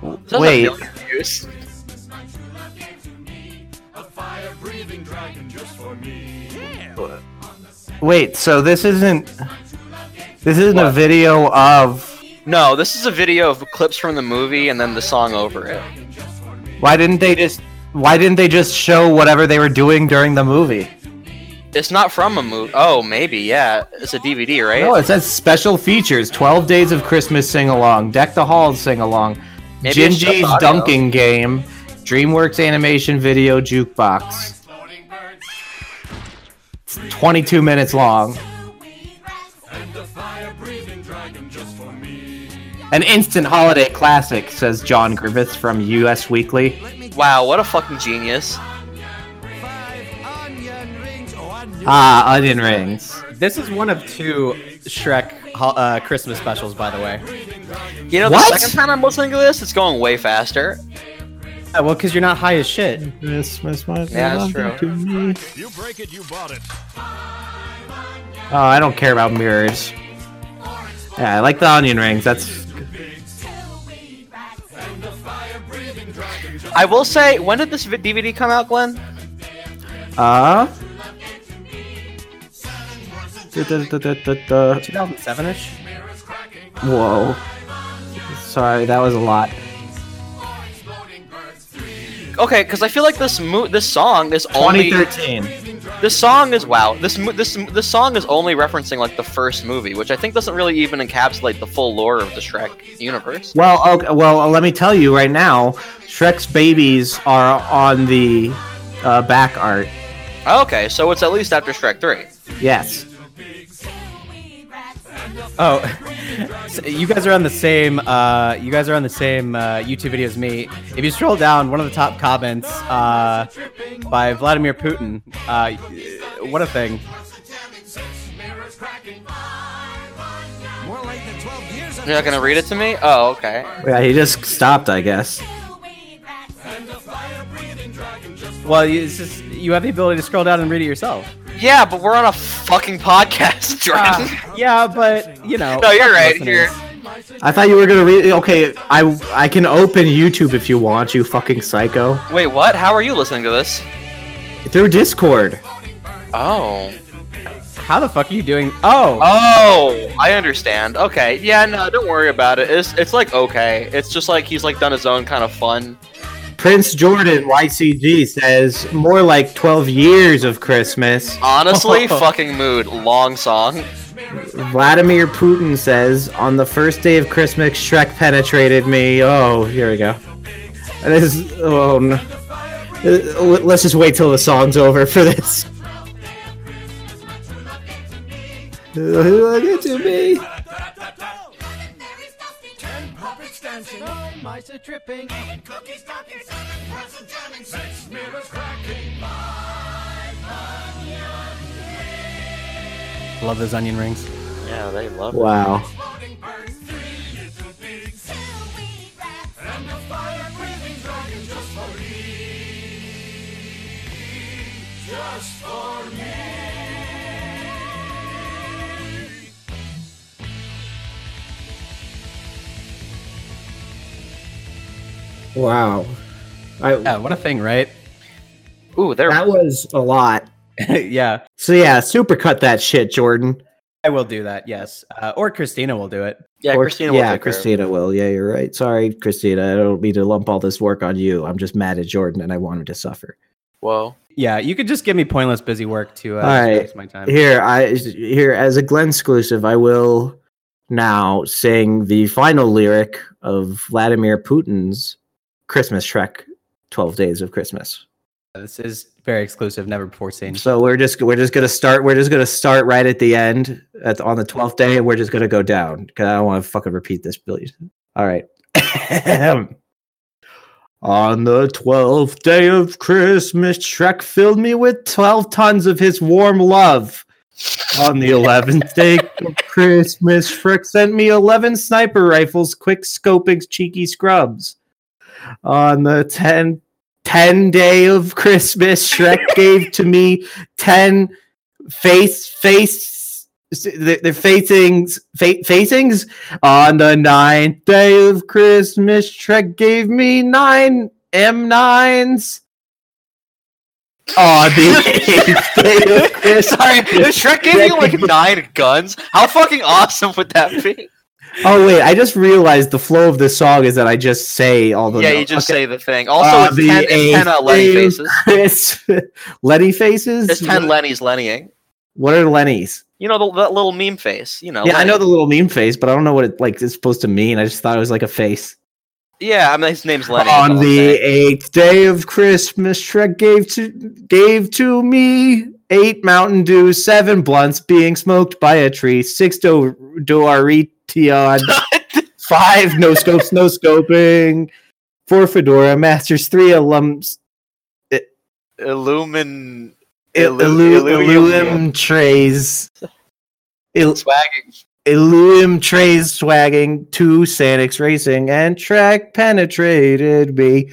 S2: Sounds a
S3: Wait.
S2: million views.
S8: Christmas, my true love gave to me a fire-breathing dragon just for me.
S3: Wait, so this isn't this isn't a
S2: What?
S3: video of
S2: No, this is a video of clips from the movie and then the song over it.
S3: Why didn't they just why didn't they just show whatever they were doing during the movie?
S2: It's not from a movie. Oh, maybe, yeah. It's a DVD, right?
S3: No, Oh, it says special features, 12 days of Christmas sing along, Deck the Halls sing along,
S2: Maybe it's just
S3: Jinji's
S2: audio.
S3: dunking game, DreamWorks animation video jukebox.
S8: Floating birds
S3: 22 minutes long.
S8: and a fire-breathing dragon just for me.
S3: An instant holiday classic, says John Griffiths from US Weekly.
S2: Wow, what a fucking genius.
S3: Ah, onion rings.
S1: This is one of two Shrek ho- uh, Christmas specials, by the way.
S2: You know, the
S3: What?
S2: second time I'm listening to this, it's going way faster.
S1: Yeah, Uh, well, because you're not high as shit.
S3: Christmas
S2: Yeah, that's belonged true.
S7: You break it, you bought it.
S3: Oh, I don't care about mirrors. Yeah, I like the onion rings. That's
S2: I will say, when did this vi- DVD come out, Glenn?
S3: uh
S1: 2007 ish.
S3: Whoa. Sorry, that was a lot.
S2: Okay, because I feel like this mo- this song is only
S3: 2013.
S2: this song is wow this mo- this this song is only referencing like the first movie, which I think doesn't really even encapsulate the full lore of the Shrek universe.
S3: Well, okay, well, let me tell you right now, Shrek's babies are on the uh, back art.
S2: Okay, so it's at least after Shrek three.
S3: Yes.
S1: Oh, so you guys are on the same. Uh, you guys are on the same uh, YouTube video as me. If you scroll down, one of the top comments uh, by Vladimir Putin. Uh, what a thing!
S2: You're not gonna read it to me? Oh, okay.
S3: Yeah, he just stopped, I guess.
S1: Well, you- it's just you have the ability to scroll down and read it yourself.
S2: Yeah, but we're on a fucking podcast, Jordan.
S1: Yeah, but you know.
S2: No, you're
S1: fuck
S2: right,
S1: listeners.
S3: I thought you were gonna read. Okay, I I can open YouTube if you want, you fucking psycho.
S2: Wait, what? How are you listening to this?
S3: Through Discord.
S2: Oh.
S1: How the fuck are you doing? Oh,
S2: Oh, I understand. Okay. Yeah, no, don't worry about it. It's it's like okay. It's just like he's like done his own kind of fun.
S3: Prince Jordan YCG says more like 12 years of Christmas.
S2: Honestly, fucking mood. Long song.
S3: Vladimir Putin says on the first day of Christmas, Shrek penetrated me. Oh, here we go. This is oh no. Uh, Let's just wait till the song's over for this. Look at to me.
S1: love those onion rings.
S2: Yeah, they love it.
S3: Wow. Wow. I,
S1: Yeah, what a thing, right?
S2: Ooh, they're
S3: that was a lot.
S1: yeah,
S3: So yeah, super cut that shit, Jordan.
S1: I will do that. Yes, uh, or Christina will do it.
S2: yeah.
S3: Or-
S2: Christina. will take
S3: yeah,
S2: care of it.
S3: Christina will. Yeah, you're right. Sorry, Christina. I don't mean to lump all this work on you. I'm just mad at Jordan, and I want him to suffer.
S2: Whoa.
S1: Yeah, you could just give me pointless busy work to uh,
S3: All right.
S1: waste my time.
S3: Here, I here as a Glenn exclusive, I will now sing the final lyric of Vladimir Putin's Christmas Shrek, Twelve Days of Christmas.
S1: This is very exclusive, never before seen.
S3: So we're just we're just gonna start. We're just gonna start right at the end at on the twelfth day. and We're just gonna go down because I don't want to fucking repeat this, please. All right. on the twelfth day of Christmas, Shrek filled me with twelve tons of his warm love. On the eleventh day of Christmas, Shrek sent me eleven sniper rifles, quick scoping, cheeky scrubs. On the tenth 10 day of Christmas, Shrek gave to me 10 face, face, their their facings, fa- facings. On the ninth day of Christmas, Shrek gave me nine M9s. On the eighth day of Christmas,
S2: Sorry, if Shrek gave you like nine guns, how fucking awesome would that be?
S3: Oh wait, I just realized the flow of this song is that I just say all the
S2: yeah, you just say the thing.
S3: Uh,
S2: Also,
S3: the
S2: it's 10, it's 10 uh, Lenny
S3: eighth thing.
S2: faces.
S3: Chris Lenny faces.
S2: It's 10 Lenny's Lennying.
S3: what are Lenny's?
S2: You know, the, that little meme face. You know.
S3: yeah, I
S2: Lenny.
S3: know the little meme face, but I don't know what it like is supposed to mean. I just thought it was like a face.
S2: Yeah, I mean, his name's Lenny.
S3: On
S2: that's all I'm
S3: the
S2: saying.
S3: eighth day of Christmas, Shrek gave to gave to me eight Mountain Dews, seven blunts being smoked by a tree, six do Doaritiod, five no scopes, no scoping, four fedora masters, three alums,
S2: Illumin.
S3: il-
S2: Illu-
S3: illu-
S2: Illumium.
S3: illum trays, il-
S2: Swagging.
S3: illum trays swagging, two Sanix racing, and track penetrated me.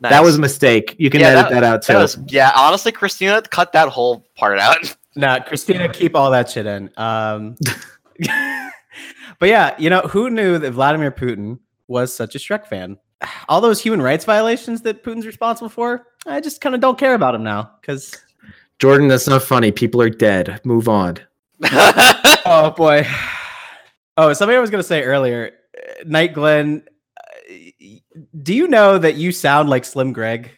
S3: That
S2: Nice.
S3: was a mistake. You can
S2: Yeah,
S3: edit that, out too.
S2: That was, yeah, honestly, Christina, cut that whole part out.
S1: Nah, Christina, keep all that shit in. Um, but yeah, you know, who knew that Vladimir Putin was such a Shrek fan? All those human rights violations that Putin's responsible for, I just kind of don't care about him now because,
S3: Jordan, that's not funny. People are dead. Move on.
S1: oh boy. Oh, something I was going to say earlier, uh, Night Glenn, uh, y- do you know that you sound like Slim Greg?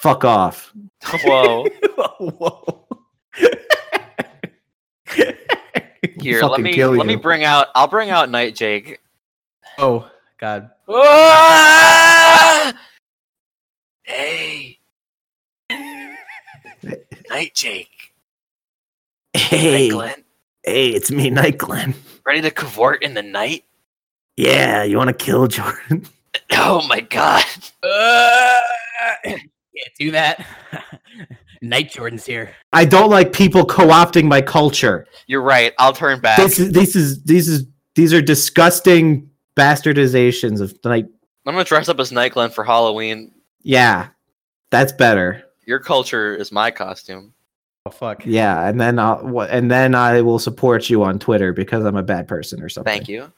S3: Fuck off.
S2: Whoa.
S1: Whoa.
S2: Here, let
S3: Fucking
S2: me
S3: kill
S2: let me
S3: you.
S2: bring out. I'll bring out Night Jake.
S1: oh, God.
S2: Ah! Hey, Night Jake.
S3: Hey,
S2: Night Glenn.
S3: hey, it's me, Night Glenn.
S2: Ready to cavort in the night?
S3: Yeah, you want to kill Jordan?
S2: Oh my god.
S1: Can't do that. Night Jordan's here.
S3: I don't like people co-opting my culture.
S2: You're right. I'll turn back.
S3: This is this is these is these are disgusting bastardizations of like
S2: I'm gonna dress up as Night Glenn for Halloween.
S3: yeah. That's better.
S2: Your culture is my costume.
S1: Oh fuck.
S3: Yeah, and then I'll wha- and then I will support you on Twitter because I'm a bad person or something.
S2: Thank you.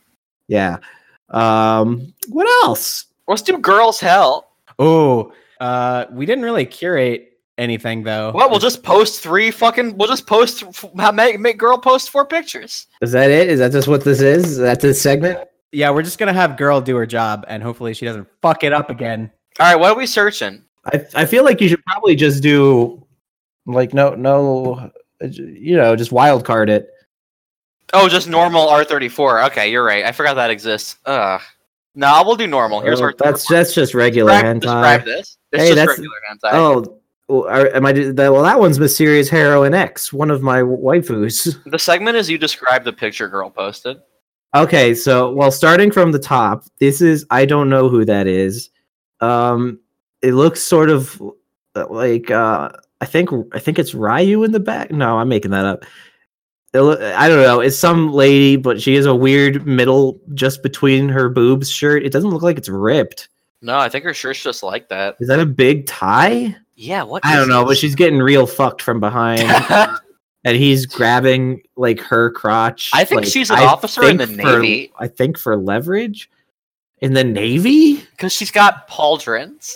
S3: Yeah. Um what else?
S2: Let's do Girls Hell.
S1: Oh, uh, we didn't really curate anything though.
S2: What? We'll just post three fucking. We'll just post. f- Make make girl post four pictures.
S3: Is that it? Is that just what this is? That's this segment?
S1: Yeah, we're just gonna have girl do her job, and hopefully she doesn't fuck it up again.
S2: All right. What are we searching?
S3: I I feel like you should probably just do like no no uh, j- you know just wild card it.
S2: Oh, just normal R34. Okay, you're right. I forgot that exists. Ugh. No, we'll do normal. Here's
S3: Oh,
S2: our
S3: that's that's just regular
S2: describe, describe
S3: hentai.
S2: this. It's
S3: Hey,
S2: just
S3: that's-
S2: regular hentai.
S3: Oh, well, are, am I d- that, well that one's Mysterious Heroine X, one of my waifus.
S2: The segment is you describe the picture girl posted.
S3: Okay, so well starting from the top, this is I don't know who that is. Um it looks sort of like uh I think I think it's Ryu in the back. No, I'm making that up. It lo- I don't know. It's some lady, but she has a weird middle just between her boobs shirt. It doesn't look like it's ripped.
S2: No, I think her shirt's just like that.
S3: Is that a big tie?
S2: Yeah, what?
S3: I
S2: is
S3: don't know, but
S2: this?
S3: she's getting real fucked from behind, and he's grabbing like her crotch.
S2: I think
S3: like,
S2: she's an officer in
S3: think
S2: the
S3: for-
S2: Navy.
S3: I think for leverage in the navy.
S2: Because she's got pauldrons.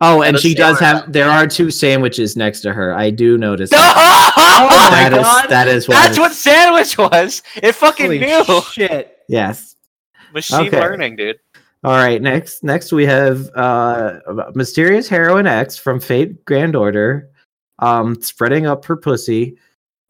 S3: Oh,
S2: And
S3: and
S2: a
S3: she does
S2: samurai.
S3: have. There are two sandwiches next to her. I do notice.
S2: No!
S3: that.
S2: Oh my
S3: That is-
S2: god!
S3: that is what.
S2: That's
S3: it-
S2: what sandwich was. It fucking
S1: Holy
S2: knew.
S1: shit!
S3: Yes.
S2: Machine
S3: Okay.
S2: learning, dude.
S3: All right. Next, next we have uh, mysterious heroine X from Fate Grand Order, um, spreading up her pussy.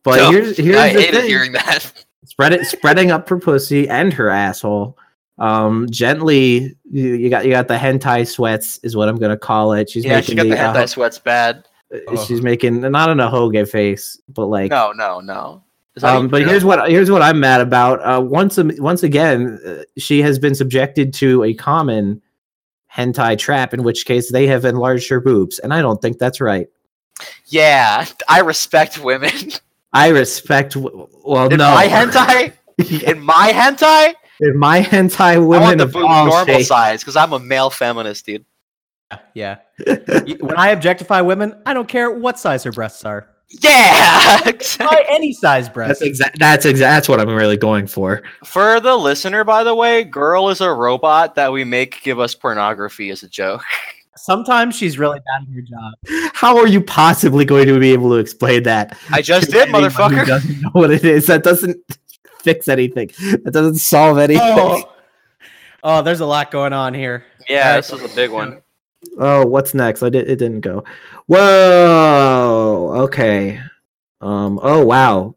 S3: But
S2: No,
S3: here's here's
S2: I
S3: the
S2: hated
S3: thing.
S2: hearing that.
S3: spread it, spreading up her pussy and her asshole. Um, gently, you, you got you got the hentai sweats is what I'm gonna call it. She's
S2: yeah, she
S3: making uh,
S2: got the
S3: the,
S2: hentai sweats bad.
S3: uh, she's making not an ahoge face, but like
S2: No, no, no. Is that
S3: Um,
S2: even
S3: but
S2: true?
S3: here's what here's what I'm mad about. Uh, once am- once again, uh, she has been subjected to a common hentai trap, in which case they have enlarged her boobs, and I don't think that's right.
S2: Yeah, I respect women.
S3: I respect. w- Well,
S2: In
S3: Oh, no,
S2: my hentai, in my hentai,
S3: In my hentai
S2: I want
S3: women
S2: the
S3: of
S2: boob
S3: all
S2: normal
S3: shapes.
S2: size because I'm a male feminist, dude.
S1: Yeah. Y- when I objectify women, I don't care what size her breasts are.
S2: Yeah.
S1: Try any size
S3: That's
S1: breast.
S3: exact. That's exact. That's what I'm really going for.
S2: For the listener, by the way, girl is a robot that we make give us pornography as a joke.
S1: Sometimes she's really bad at her job.
S3: How are you possibly going to be able to explain that?
S2: I just
S3: to
S2: did,
S3: anyone who
S2: motherfucker.
S3: Doesn't know what it is. That doesn't fix anything. That doesn't solve anything.
S1: Oh, Oh, there's a lot going on here.
S2: Yeah, this is a big one.
S3: Oh, what's next? I did. It didn't go. Whoa. Okay. Um. Oh wow.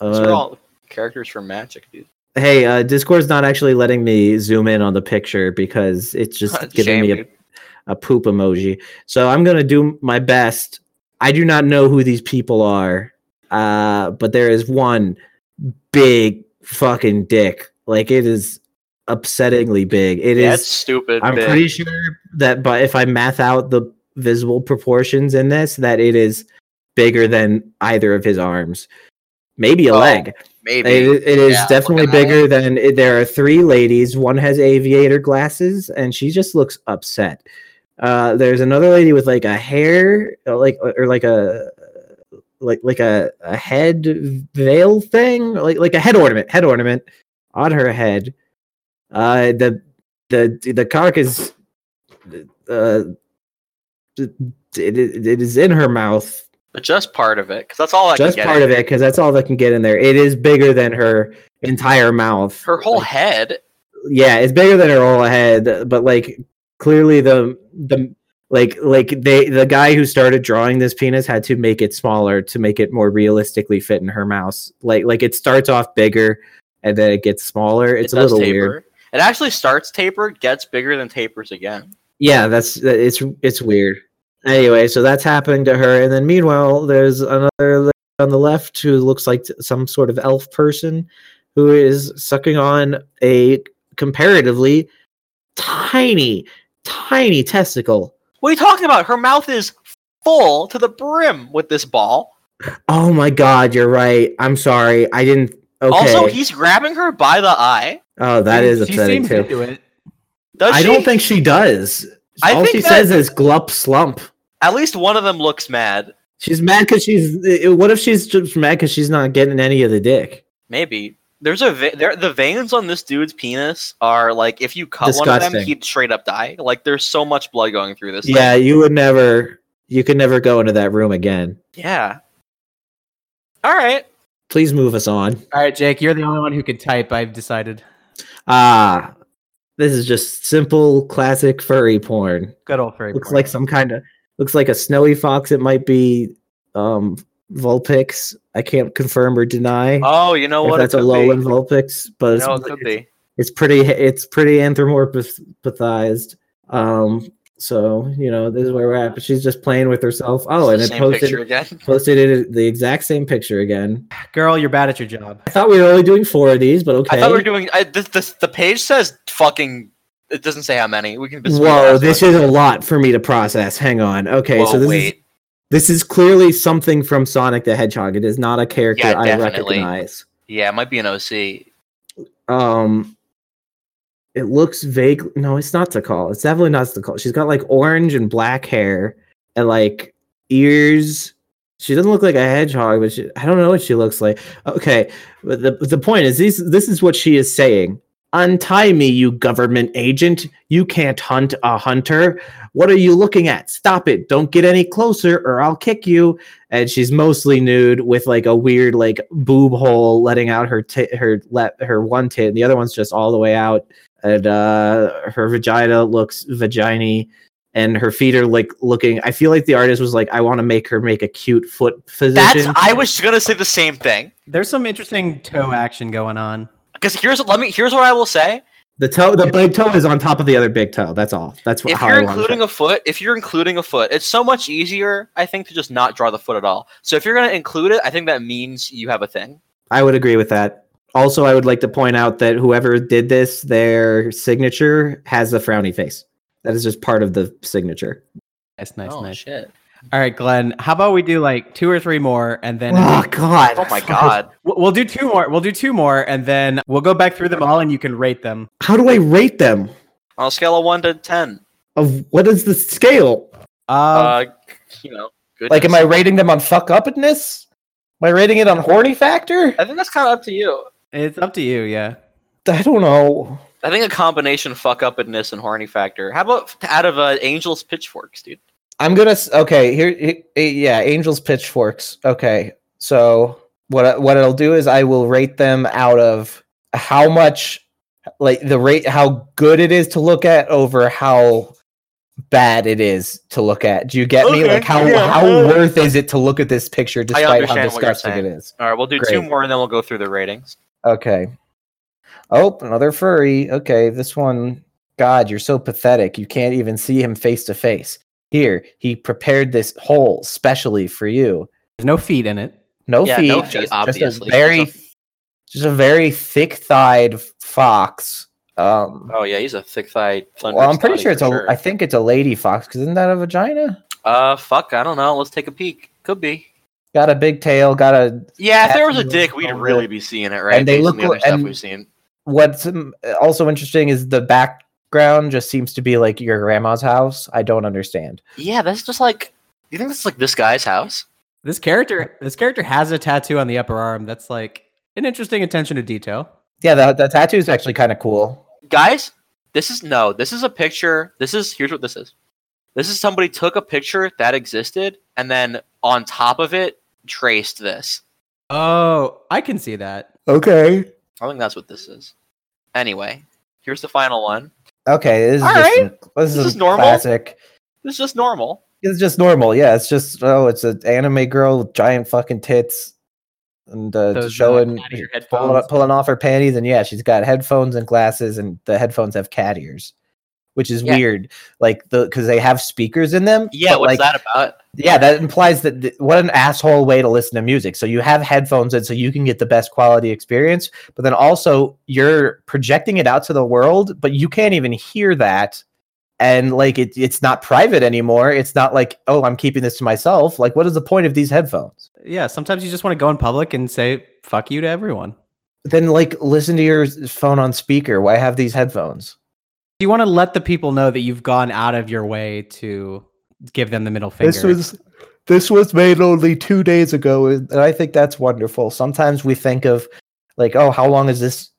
S2: These are
S3: Uh,
S2: all characters from Magic, dude.
S3: hey, uh, Discord's not actually letting me zoom in on the picture because it's just
S2: It's a
S3: giving
S2: shame,
S3: me a
S2: dude.
S3: a poop emoji. So I'm gonna do my best. I do not know who these people are, uh, but there is one big fucking dick. Like it is upsettingly big. It
S2: That's
S3: is.
S2: stupid.
S3: I'm
S2: big.
S3: pretty sure that, but if I math out the visible proportions in this, that it is bigger than either of his arms, maybe a
S2: Oh,
S3: leg.
S2: Maybe.
S3: It, it is
S2: Yeah, look
S3: definitely
S2: at that
S3: bigger than there are three ladies. One has aviator glasses, and she just looks upset. Uh, there's another lady with like a hair, or like or like a like like a, a head veil thing, like like a head ornament, head ornament on her head. Uh, the the the cock is uh, it, it, it is in her mouth,
S2: But just part of it, because that's all I
S3: just
S2: can get.
S3: part of it because that's all that can get in there. It is bigger than her entire mouth.
S2: Her whole
S3: Like,
S2: head.
S3: yeah, it's bigger than her whole head. But like clearly the the like like they the guy who started drawing this penis had to make it smaller to make it more realistically fit in her mouth. Like like it starts off bigger and then it gets smaller. It's
S2: it
S3: a
S2: does
S3: little
S2: taper.
S3: weird.
S2: It actually starts taper, gets bigger, then tapers again.
S3: Yeah, that's it's it's weird. Anyway, so that's happening to her, and then meanwhile, there's another lady on the left who looks like some sort of elf person who is sucking on a comparatively tiny, tiny testicle.
S2: What are you talking about? Her mouth is full to the brim with this ball.
S3: Oh my god, you're right. I'm sorry, I didn't. Okay.
S2: Also, he's grabbing her by the eye.
S3: oh, that
S1: She-
S3: is
S1: she
S3: upsetting
S1: seems
S3: too.
S1: into it.
S2: Does
S3: I
S2: she?
S3: don't think she does.
S2: I
S3: All
S2: think
S3: she
S2: that-
S3: says is glup slump.
S2: At least one of them looks mad.
S3: She's mad because she's. What if she's just mad because she's not getting any of the dick?
S2: Maybe there's a ve- there the veins on this dude's penis are like if you cut one of them,
S3: Disgusting.
S2: he'd straight up die. Like there's so much blood going through this. thing.
S3: Yeah, you would never. You could never go into that room again.
S2: yeah. All right.
S3: Please move us on.
S1: All right, Jake, you're the only one who can type. I've decided.
S3: Ah, this is just simple, classic furry porn.
S1: Good old furry.
S3: Looks
S1: porn.
S3: like some kind of. Looks like a snowy fox. It might be um Vulpix. I can't confirm or deny
S2: Oh, you know
S3: if
S2: what?
S3: that's a
S2: it could be.
S3: lowland Vulpix, but
S2: You
S3: it's,
S2: know, it could be.
S3: it's pretty. It's pretty anthropomorphized. Um, so you know this is where we're at. But she's just playing with herself. Oh, and
S2: It's the
S3: it
S2: same
S3: posted
S2: picture again.
S3: posted it, the exact same picture again.
S1: girl, you're bad at your job.
S3: I thought we were only doing four of these, but okay.
S2: I thought we were doing. I, this, this, the page says fucking. It doesn't say how many. We can. just speed
S3: Whoa,
S2: past
S3: this
S2: one.
S3: is a lot for me to process. Hang on. Okay,
S2: Whoa,
S3: so this
S2: wait.
S3: is this is clearly something from Sonic the Hedgehog. It is not a character
S2: Yeah,
S3: I
S2: definitely.
S3: recognize.
S2: Yeah, it might be an OC.
S3: Um it looks vague. No, it's not Sakal. It's definitely not Sakal. She's got like orange and black hair and like ears. She doesn't look like a hedgehog, but she, I don't know what she looks like. Okay, but the the point is these this is what she is saying. Untie me, you government agent. You can't hunt a hunter. What are you looking at? Stop it. Don't get any closer or I'll kick you. And she's mostly nude with like a weird like boob hole letting out her tit her let her one tit and the other one's just all the way out. And uh her vagina looks vaginy and her feet are like looking. I feel like the artist was like, I want to make her make a cute foot position.
S2: That's. I was gonna say the same thing.
S1: There's some interesting toe action going on.
S2: Because here's let me. Here's what I will say.
S3: The toe, the big toe is on top of the other big toe. That's all. That's wh-
S2: if
S3: how
S2: you're
S3: I want
S2: including a foot, if you're including a foot, it's so much easier, I think, to just not draw the foot at all. So if you're gonna include it, I think that means you have a thing.
S3: I would agree with that. Also, I would like to point out that whoever did this, their signature has a frowny face. That is just part of the signature.
S1: Nice, nice,
S2: oh
S1: nice.
S2: shit!
S1: All right, Glenn. How about we do like two or three more, and then
S3: Oh God!
S2: Oh my god!
S1: we'll we'll do two more. We'll do two more, and then we'll go back through them all, and you can rate them.
S3: How do I rate them?
S2: On a scale of one to ten,
S3: Of what is the scale?
S1: Uh,
S3: Um,
S2: uh, you know, good.
S6: Like, am I rating them on fuck upness? Am I rating it on horny factor?
S2: I think that's kind of up to you.
S1: it's up to you. Yeah.
S6: I don't know.
S2: I think a combination of fuck upness and horny factor. How about f- out of uh, Angel's pitchforks, dude?
S6: I'm gonna. s- Okay, here. he- he- Yeah, angels pitchforks. Okay, so what? I- What it'll do is I will rate them out of how much
S3: like the rate how good it is to look at over how bad it is to look at. Do you get me?
S2: Okay,
S3: Like how
S2: yeah.
S3: how worth is it to look at this picture despite how
S2: understand what you're
S3: disgusting it
S2: saying.
S3: is?
S2: All right, we'll do two
S3: Great.
S2: more and then we'll go through the ratings.
S3: Okay. Oh, another furry. Okay, this one. God, you're so pathetic. You can't even see him face to face. Here, he prepared this hole specially for you.
S1: There's no feet in it.
S3: No
S2: Yeah,
S3: feet.
S2: no feet,
S3: just, just
S2: obviously.
S3: a very, just a very thick-thighed fox. Um,
S2: Oh yeah, he's a thick thigh.
S3: well, I'm pretty sure it's a. I think it's a lady fox. Cause isn't that a vagina?
S2: Uh, fuck, I don't know. Let's take a peek. Could be.
S3: Got a big tail. Got a
S2: Yeah, if there was a
S3: Absolutely.
S2: dick, we'd really be seeing it, right?
S3: And they
S2: Based
S3: look
S2: on the other
S3: li-
S2: stuff
S3: and-
S2: we've seen.
S3: what's um, also interesting is the background just seems to be like your grandma's house. I don't understand.
S2: Yeah, that's just like. You think this is like this guy's house?
S1: This character, this character has a tattoo on the upper arm. That's like an interesting attention to detail.
S3: Yeah, the, the tattoo is actually kind of cool.
S2: Guys, this is no. This is a picture. This is here's what this is. This is somebody took a picture that existed and then on top of it traced this.
S1: Oh, I can see that.
S3: Okay.
S2: I think that's what this is. Anyway, here's the final one.
S3: Okay, this is
S2: All
S3: just
S2: right.
S3: some- this,
S2: This
S3: is
S2: is normal.
S3: Classic.
S2: This is just normal.
S3: It's just normal. Yeah, it's just oh, it's an anime girl with giant fucking tits and uh,
S1: Those, uh,
S3: showing
S1: out of your
S3: pulling,
S1: headphones.
S3: pulling off her panties and yeah, she's got headphones and glasses and the headphones have cat ears, which is
S2: Yeah.
S3: weird. Like the because they have speakers in them.
S2: Yeah,
S3: but,
S2: what's
S3: like,
S2: that about?
S3: Yeah, that implies that th- what an asshole way to listen to music. So you have headphones in so you can get the best quality experience, but then also you're projecting it out to the world, but you can't even hear that. And like it, it's not private anymore. It's not like, oh, I'm keeping this to myself. Like, what is the point of these headphones?
S1: Yeah, sometimes you just want to go in public and say "fuck you" to everyone.
S3: Then like listen to your s- phone on speaker. Why have these headphones?
S1: Do you want to let the people know that you've gone out of your way to give them the middle finger?
S3: this was made only two days ago, and I think that's wonderful. Sometimes we think of like, oh, how long has this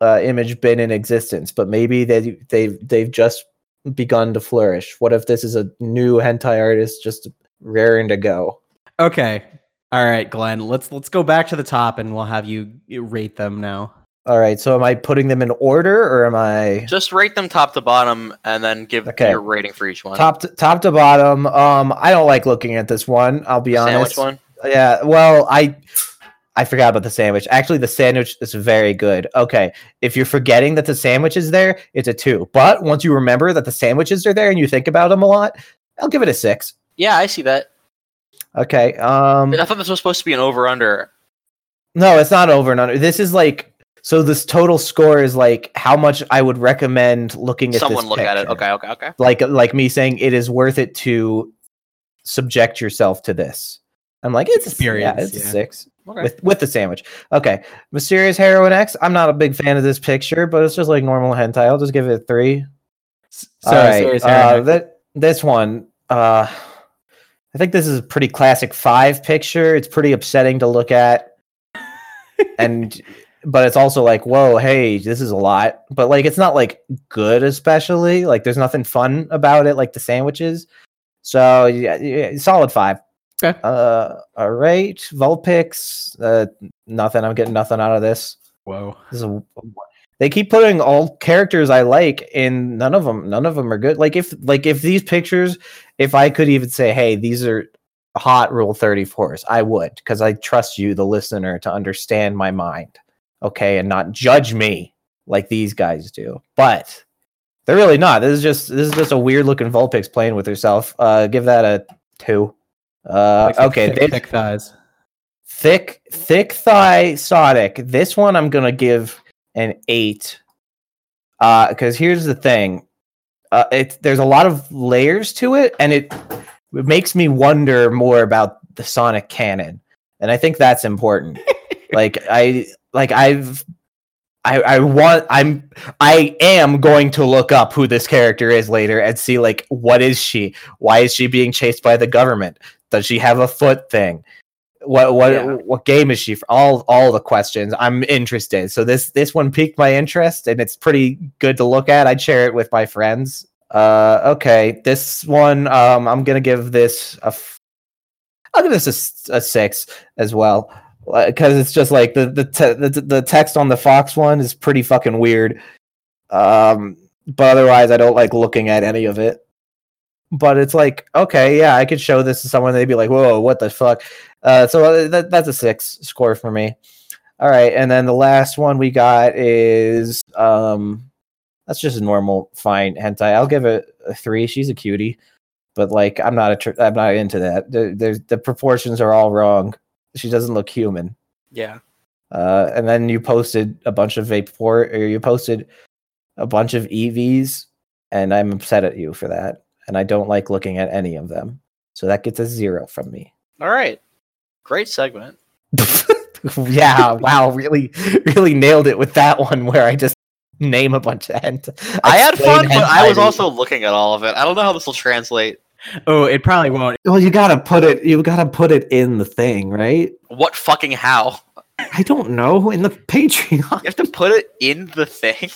S3: uh, image been in existence? But maybe they they've they've just begun to flourish. What if this is a new hentai artist just raring to go?
S1: okay. All right, Glenn. Let's let's go back to the top, and we'll have you rate them now.
S3: All right, so am I putting them in order, or am I
S2: Just rate them top to bottom and then give
S3: Okay.
S2: your rating for each one.
S3: top to, top to bottom? Um, I don't like looking at this one. I'll be
S2: sandwich
S3: honest.
S2: one.
S3: Yeah, well, I I forgot about the sandwich. Actually, the sandwich is very good. Okay, if you're forgetting that the sandwich is there, it's a two. But once you remember that the sandwiches are there and you think about them a lot, I'll give it a six.
S2: Yeah, I see that.
S3: Okay. Um,
S2: I thought this was supposed to be an over under.
S3: no, it's not over and under. This is like so. This total score is like how much I would recommend looking at.
S2: Someone
S3: this
S2: look at it.
S3: picture.
S2: Okay, okay, okay.
S3: Like like me saying it is worth it to subject yourself to this. I'm like it's
S1: Experience,
S3: Yeah, it's
S1: yeah.
S3: a six.
S2: Okay.
S3: with with the sandwich. Okay, Mysterious Heroin X. I'm not a big fan of this picture, but it's just like normal hentai. I'll just give it a three.
S1: S-
S3: All
S1: sorry,
S3: right,
S1: serious,
S3: uh,
S1: Aaron.
S3: that this one. Uh, I think this is a pretty classic five picture. It's pretty upsetting to look at, and but it's also like, whoa, hey, this is a lot. But like, it's not like good, especially like there's nothing fun about it, like the sandwiches. So yeah, yeah solid five.
S1: Okay.
S3: Uh, all right, Vulpix. Uh, nothing. I'm getting nothing out of this.
S1: Whoa.
S3: This is a- they keep putting all characters I like, and none of them, none of them are good. Like if, like if these pictures, if I could even say, hey, these are hot Rule Thirty Fours, I would, because I trust you, the listener, to understand my mind, okay, and not judge me like these guys do. But they're really not. This is just this is just a weird looking Vulpix playing with herself. Uh, give that a two. Uh,
S1: Like some
S3: okay,
S1: thick,
S3: they-
S1: thick thighs.
S3: thick thick thigh sodic this one i'm gonna give an eight uh because here's the thing uh it's there's a lot of layers to it and it, it makes me wonder more about the sonic canon and i think that's important like i like i've I, I want I'm I am going to look up who this character is later and see like what is she? Why is she being chased by the government? Does she have a foot thing? What what
S2: Yeah.
S3: what game is she for? All all the questions. I'm interested. So this this one piqued my interest and it's pretty good to look at. I'd share it with my friends. Uh okay. This one um I'm gonna give this a f- I'll give this a s- a six as well because it's just like the the, te- the the text on the Fox one is pretty fucking weird, Um, but otherwise, I don't like looking at any of it. But it's like, okay, yeah, I could show this to someone. They'd be like, whoa, what the fuck? Uh, so uh, that, that's a six score for me. All right. And then the last one we got is um, that's just a normal, fine hentai. I'll give it a three. She's a cutie. But like, I'm not a tr- I'm not into that. The, there's- the proportions are all wrong. She doesn't look human.
S2: Yeah.
S3: Uh, and then you posted a bunch of vape port, or you posted a bunch of EVs, and I'm upset at you for that. And I don't like looking at any of them. So that gets a zero from me.
S2: All right. Great segment.
S3: yeah, wow, really, really nailed it with that one where I just name a bunch of hent.
S2: I had
S3: explain
S2: fun, but I was
S3: hentai.
S2: also looking at all of it. I don't know how this will translate.
S1: Oh, it probably won't.
S3: Well, you gotta put it. You gotta put it in the thing, right?
S2: What fucking how?
S3: I don't know. In the Patreon.
S2: You have to put it in the thing.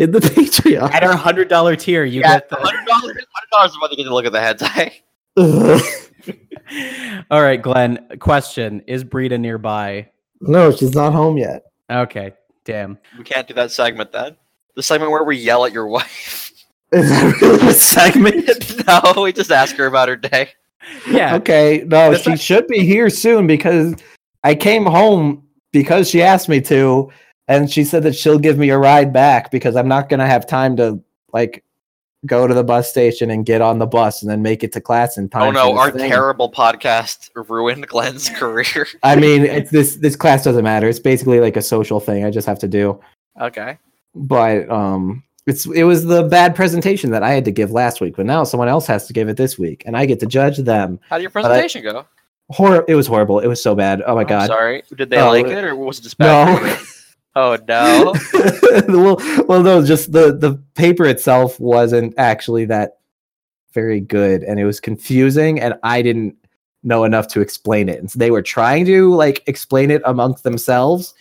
S3: In the Patreon.
S1: At our hundred dollar tier, you
S2: Yeah,
S1: get
S2: $100, $100 is about to get to look at the eh? hentai.
S1: the. All right, Glenn. Question: Is Brita nearby?
S3: no, she's not home yet.
S1: Okay, damn.
S2: We can't do that segment then. The segment where we yell at your wife.
S3: Is that really the segment?
S2: no, we just ask her about her day.
S1: Yeah,
S3: Okay, no,
S1: That's
S3: she
S1: not-
S3: should be here soon because I came home because she asked me to, and she said that she'll give me a ride back because I'm not gonna have time to like go to the bus station and get on the bus and then make it to class in time.
S2: Oh no,
S3: for
S2: our
S3: this thing.
S2: terrible podcast ruined Glenn's career.
S3: I mean, it's this this class doesn't matter. It's basically like a social thing. I just have to do,
S2: okay.
S3: but um. It's it was the bad presentation that I had to give last week, but now someone else has to give it this week, and I get to judge them.
S2: How did your presentation go?
S3: Hor- it was horrible. It was so bad. Oh my
S2: I'm
S3: god.
S2: sorry. Did they
S3: Oh,
S2: like
S3: it-
S2: it or was it just bad?
S3: No.
S2: for you? Oh no. Oh.
S3: well, well, no, just the the paper itself wasn't actually that very good, and it was confusing, and I didn't know enough to explain it. And so they were trying to like explain it amongst themselves,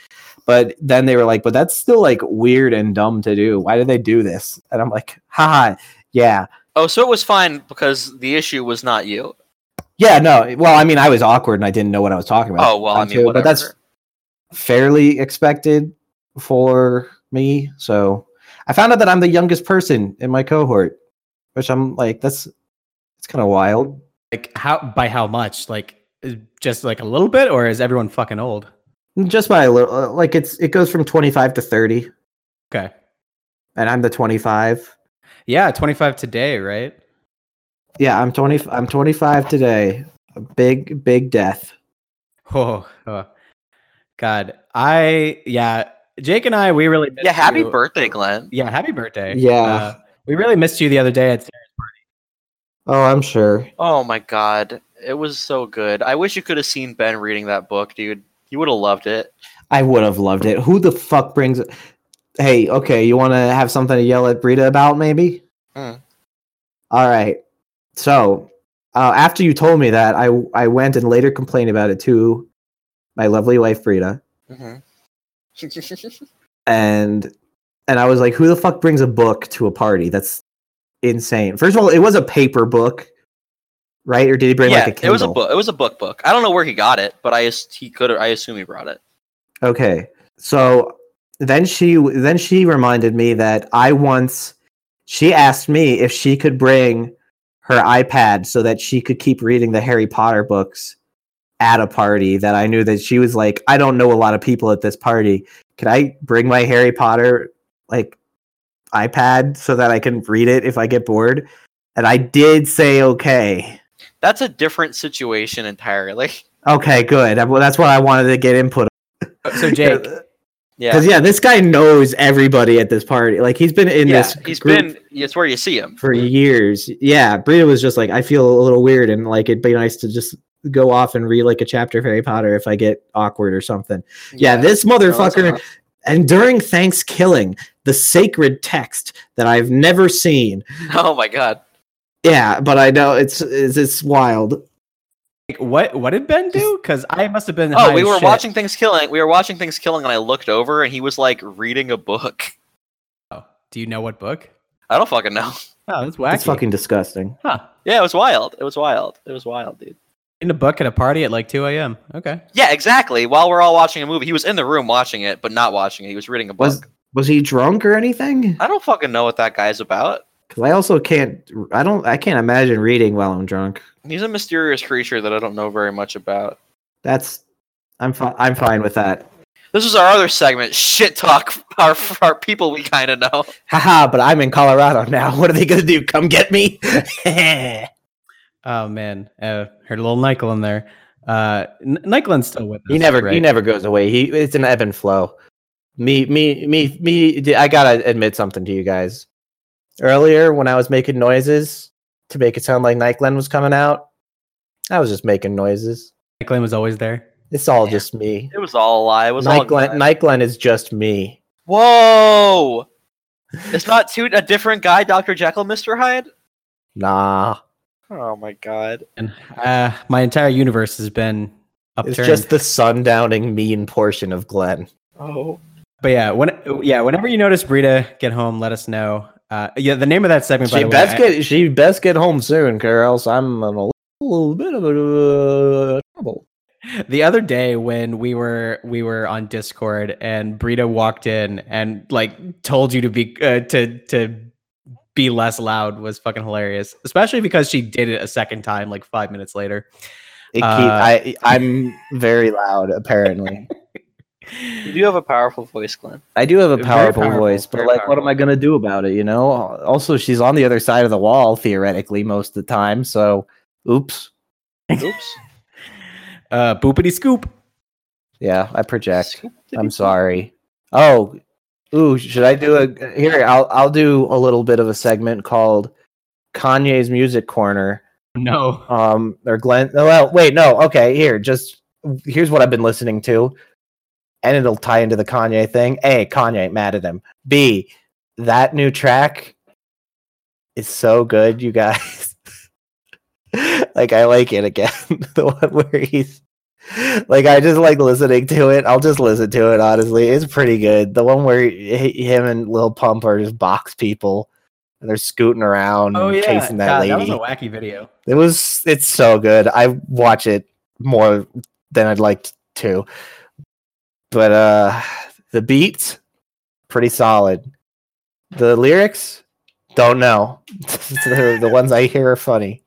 S3: but then they were like, "But that's still like weird and dumb to do. Why did they do this?" And I'm like, "Haha, yeah."
S2: Oh, so it was fine because the issue was not you.
S3: Yeah, no. Well, I mean, I was awkward and I didn't know what I was talking about.
S2: Oh well, I
S3: Um,
S2: mean,
S3: too,
S2: whatever.
S3: but that's fairly expected for me. So I found out that I'm the youngest person in my cohort, which I'm like, that's it's kind of wild.
S1: like how by how much? Like is- just like a little bit, or is everyone fucking old?
S3: Just by a little, uh, like it's it goes from 25 to 30,
S1: Okay.
S3: and I'm the 25.
S1: Yeah, twenty five today, right?
S3: Yeah, I'm 20. I'm 25 today. A big, big death.
S1: Oh, oh. God, I yeah. Jake and I, we really missed
S2: yeah. Happy
S1: you.
S2: birthday, Glenn.
S1: Yeah, happy birthday.
S3: Yeah.
S1: Uh, we really missed you the other day. At Sarah's.
S3: Oh, I'm sure.
S2: Oh my god, it was so good. I wish you could have seen Ben reading that book, dude. You would have loved it.
S3: I would have loved it. Who the fuck brings? Hey, okay, you want to have something to yell at Brita about, maybe?
S2: Mm.
S3: All right. So uh, after you told me that, I I went and later complained about it to my lovely wife Brita,
S2: Mm-hmm.
S3: and and I was like, who the fuck brings a book to a party? That's insane. First of all, it was a paper book, right? Or did he bring
S2: yeah,
S3: like a Kindle?
S2: it was a book. It was a book book. I don't know where he got it, but I as- he could. I assume he brought it.
S3: Okay. So then she then she reminded me that I once she asked me if she could bring her iPad so that she could keep reading the Harry Potter books at a party that I knew that she was like, I don't know a lot of people at this party. Can I bring my Harry Potter like iPad so that I can read it if I get bored? And I did say okay.
S2: That's a different situation entirely.
S3: Okay, good. That- Well, that's what I wanted to get input.
S1: Uh, So Jake,
S2: Yeah,
S3: Because yeah, this guy knows everybody at this party. Like he's been in
S2: yeah.
S3: this
S2: He's
S3: group
S2: been. It's where you see him.
S3: for years. Yeah, Brita was just like, I feel a little weird, and like it'd be nice to just go off and read like a chapter of Harry Potter if I get awkward or something. Yeah, this
S2: No, it's
S3: motherfucker.
S2: not.
S3: and during Thanksgiving, the sacred text that I've never seen.
S2: Oh my god.
S3: Yeah, but I know it's it's, it's wild.
S1: like, what what did Ben do? Because I must have been. high
S2: Oh, we
S1: as
S2: were
S1: shit.
S2: watching Things Killing. We were watching Things Killing, and I looked over, and he was like reading a book.
S1: Oh, do you know what book?
S2: I don't fucking know.
S1: Oh, that's wacky.
S3: That's fucking disgusting.
S1: huh.
S2: Yeah, it was wild. It was wild. It was wild, dude.
S1: In a book at a party at like two a.m. Okay.
S2: Yeah, exactly. While we're all watching a movie, he was in the room watching it, but not watching it. He was reading a book.
S3: Was Was he drunk or anything?
S2: I don't fucking know what that guy's about.
S3: Because I also can't. I don't. I can't imagine reading while I'm drunk.
S2: He's a mysterious creature that I don't know very much about.
S3: That's. I'm fine. I'm fine with that.
S2: This is our other segment, shit talk. Our our people we kind of know.
S3: Haha. But I'm in Colorado now. What are they gonna do? Come get me? he
S1: Oh man, uh, heard a little Nyquil in there. Uh, N- Nyquil's still with us.
S3: never. He
S1: right?
S3: never goes away. He. It's an ebb and flow. Me. Me. Me. Me. I gotta admit something to you guys. Earlier, when I was making noises to make it sound like Nightglen was coming out, I was just making noises.
S1: Nyquil was always there.
S3: It's all just me.
S2: It was all a lie. It was all.
S3: Nightglen, Nightglen is just me.
S2: Whoa! It's not two a different guy, Doctor Jekyll, Mister Hyde.
S3: Nah.
S2: Oh my god!
S1: And uh, my entire universe has been
S3: It's
S1: upturned.
S3: just the sundowning mean portion of Glenn.
S2: Oh,
S1: But yeah, when yeah, whenever you notice Brita get home, let us know. Uh, yeah, the name of that segment. by
S3: She
S1: the
S3: best
S1: way, I-
S3: get she best get home soon, or else I'm in a little, bit of a uh, trouble.
S1: the other day when we were we were on Discord and Brita walked in and like told you to be uh, to to be less loud was fucking hilarious, especially because she did it a second time like five minutes later.
S3: It keep,
S1: Uh,
S3: I I'm very loud apparently.
S2: you do have a powerful voice, Glenn.
S3: I do have a
S1: Very
S3: powerful,
S1: powerful,
S3: voice, but
S2: very
S3: like, what am
S2: powerful.
S3: I gonna do about it? You know. Also, she's on the other side of the wall theoretically most of the time, so oops.
S2: Oops.
S1: Uh, boopity scoop.
S3: Yeah, I project. I'm sorry. Oh, ooh, should I do a here? I'll I'll do a little bit of a segment called Kanye's Music Corner.
S1: No,
S3: Um, or Glenn. Oh, well, wait, no. Okay, here, just here's what I've been listening to, and it'll tie into the Kanye thing. A, Kanye, mad at him. B, that new track is so good, you guys. like I like it again. the one where he's like I just like listening to it. I'll just listen to it honestly. It's pretty good. The one where h- him and Lil Pump are just box people and they're scooting around
S1: oh
S3: and
S1: yeah,
S3: chasing that
S1: God,
S3: lady.
S1: that was a wacky video.
S3: It was it's so good. I watch it more than I'd like to. But uh the beats pretty solid. The lyrics don't know. the, the ones I hear are funny.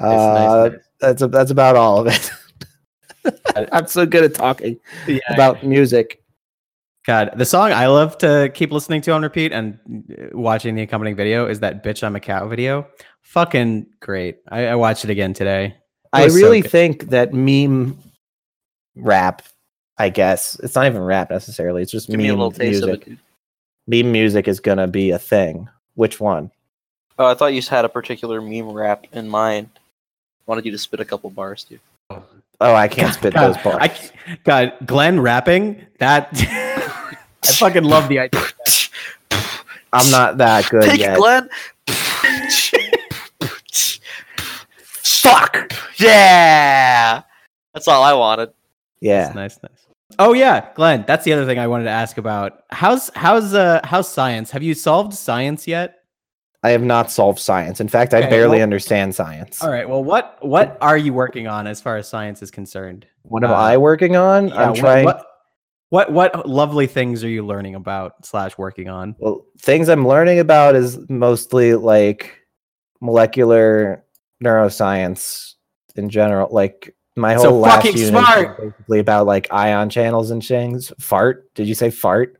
S1: It's nice,
S3: Uh,
S1: nice.
S3: That's that's about all of it. I'm so good at talking
S1: Yeah,
S3: about music.
S1: God, the song I love to keep listening to on repeat and uh, watching the accompanying video is that "Bitch I'm a Cow" video. Fucking great! I, I watched it again today.
S3: I
S1: was so
S3: really
S1: good.
S3: think that meme rap, I guess it's not even rap necessarily. It's just
S2: Give me a
S3: meme
S2: little taste
S3: music.
S2: of it. dude.
S3: meme music is gonna be a thing. Which one?
S2: Oh, I thought you had a particular meme rap in mind. Wanted you to spit a couple bars, dude.
S3: Oh, I can't spit
S1: God,
S3: those bars.
S1: I c- God, Glenn rapping that. I fucking love the idea.
S3: I'm not that good
S2: Take
S3: yet.
S2: it, Glenn. Fuck yeah! That's all I wanted.
S3: yeah,
S1: Nice, nice. Oh yeah, Glenn. That's the other thing I wanted to ask about. How's how's uh how's science? Have you solved science yet?
S3: I have not solved science. In fact, I
S1: Okay,
S3: barely
S1: well-
S3: understand science.
S1: All right. Well, what what are you working on as far as science is concerned?
S3: What am
S1: Uh,
S3: I working on?
S1: Yeah,
S3: I'm
S1: what-
S3: trying.
S1: What, what what lovely things are you learning about slash working on?
S3: Well, things I'm learning about is mostly like molecular neuroscience in general. Like my whole
S1: So
S3: last
S1: fucking
S3: unit is
S1: smart!
S3: basically about like ion channels and things. Fart? Did you say fart?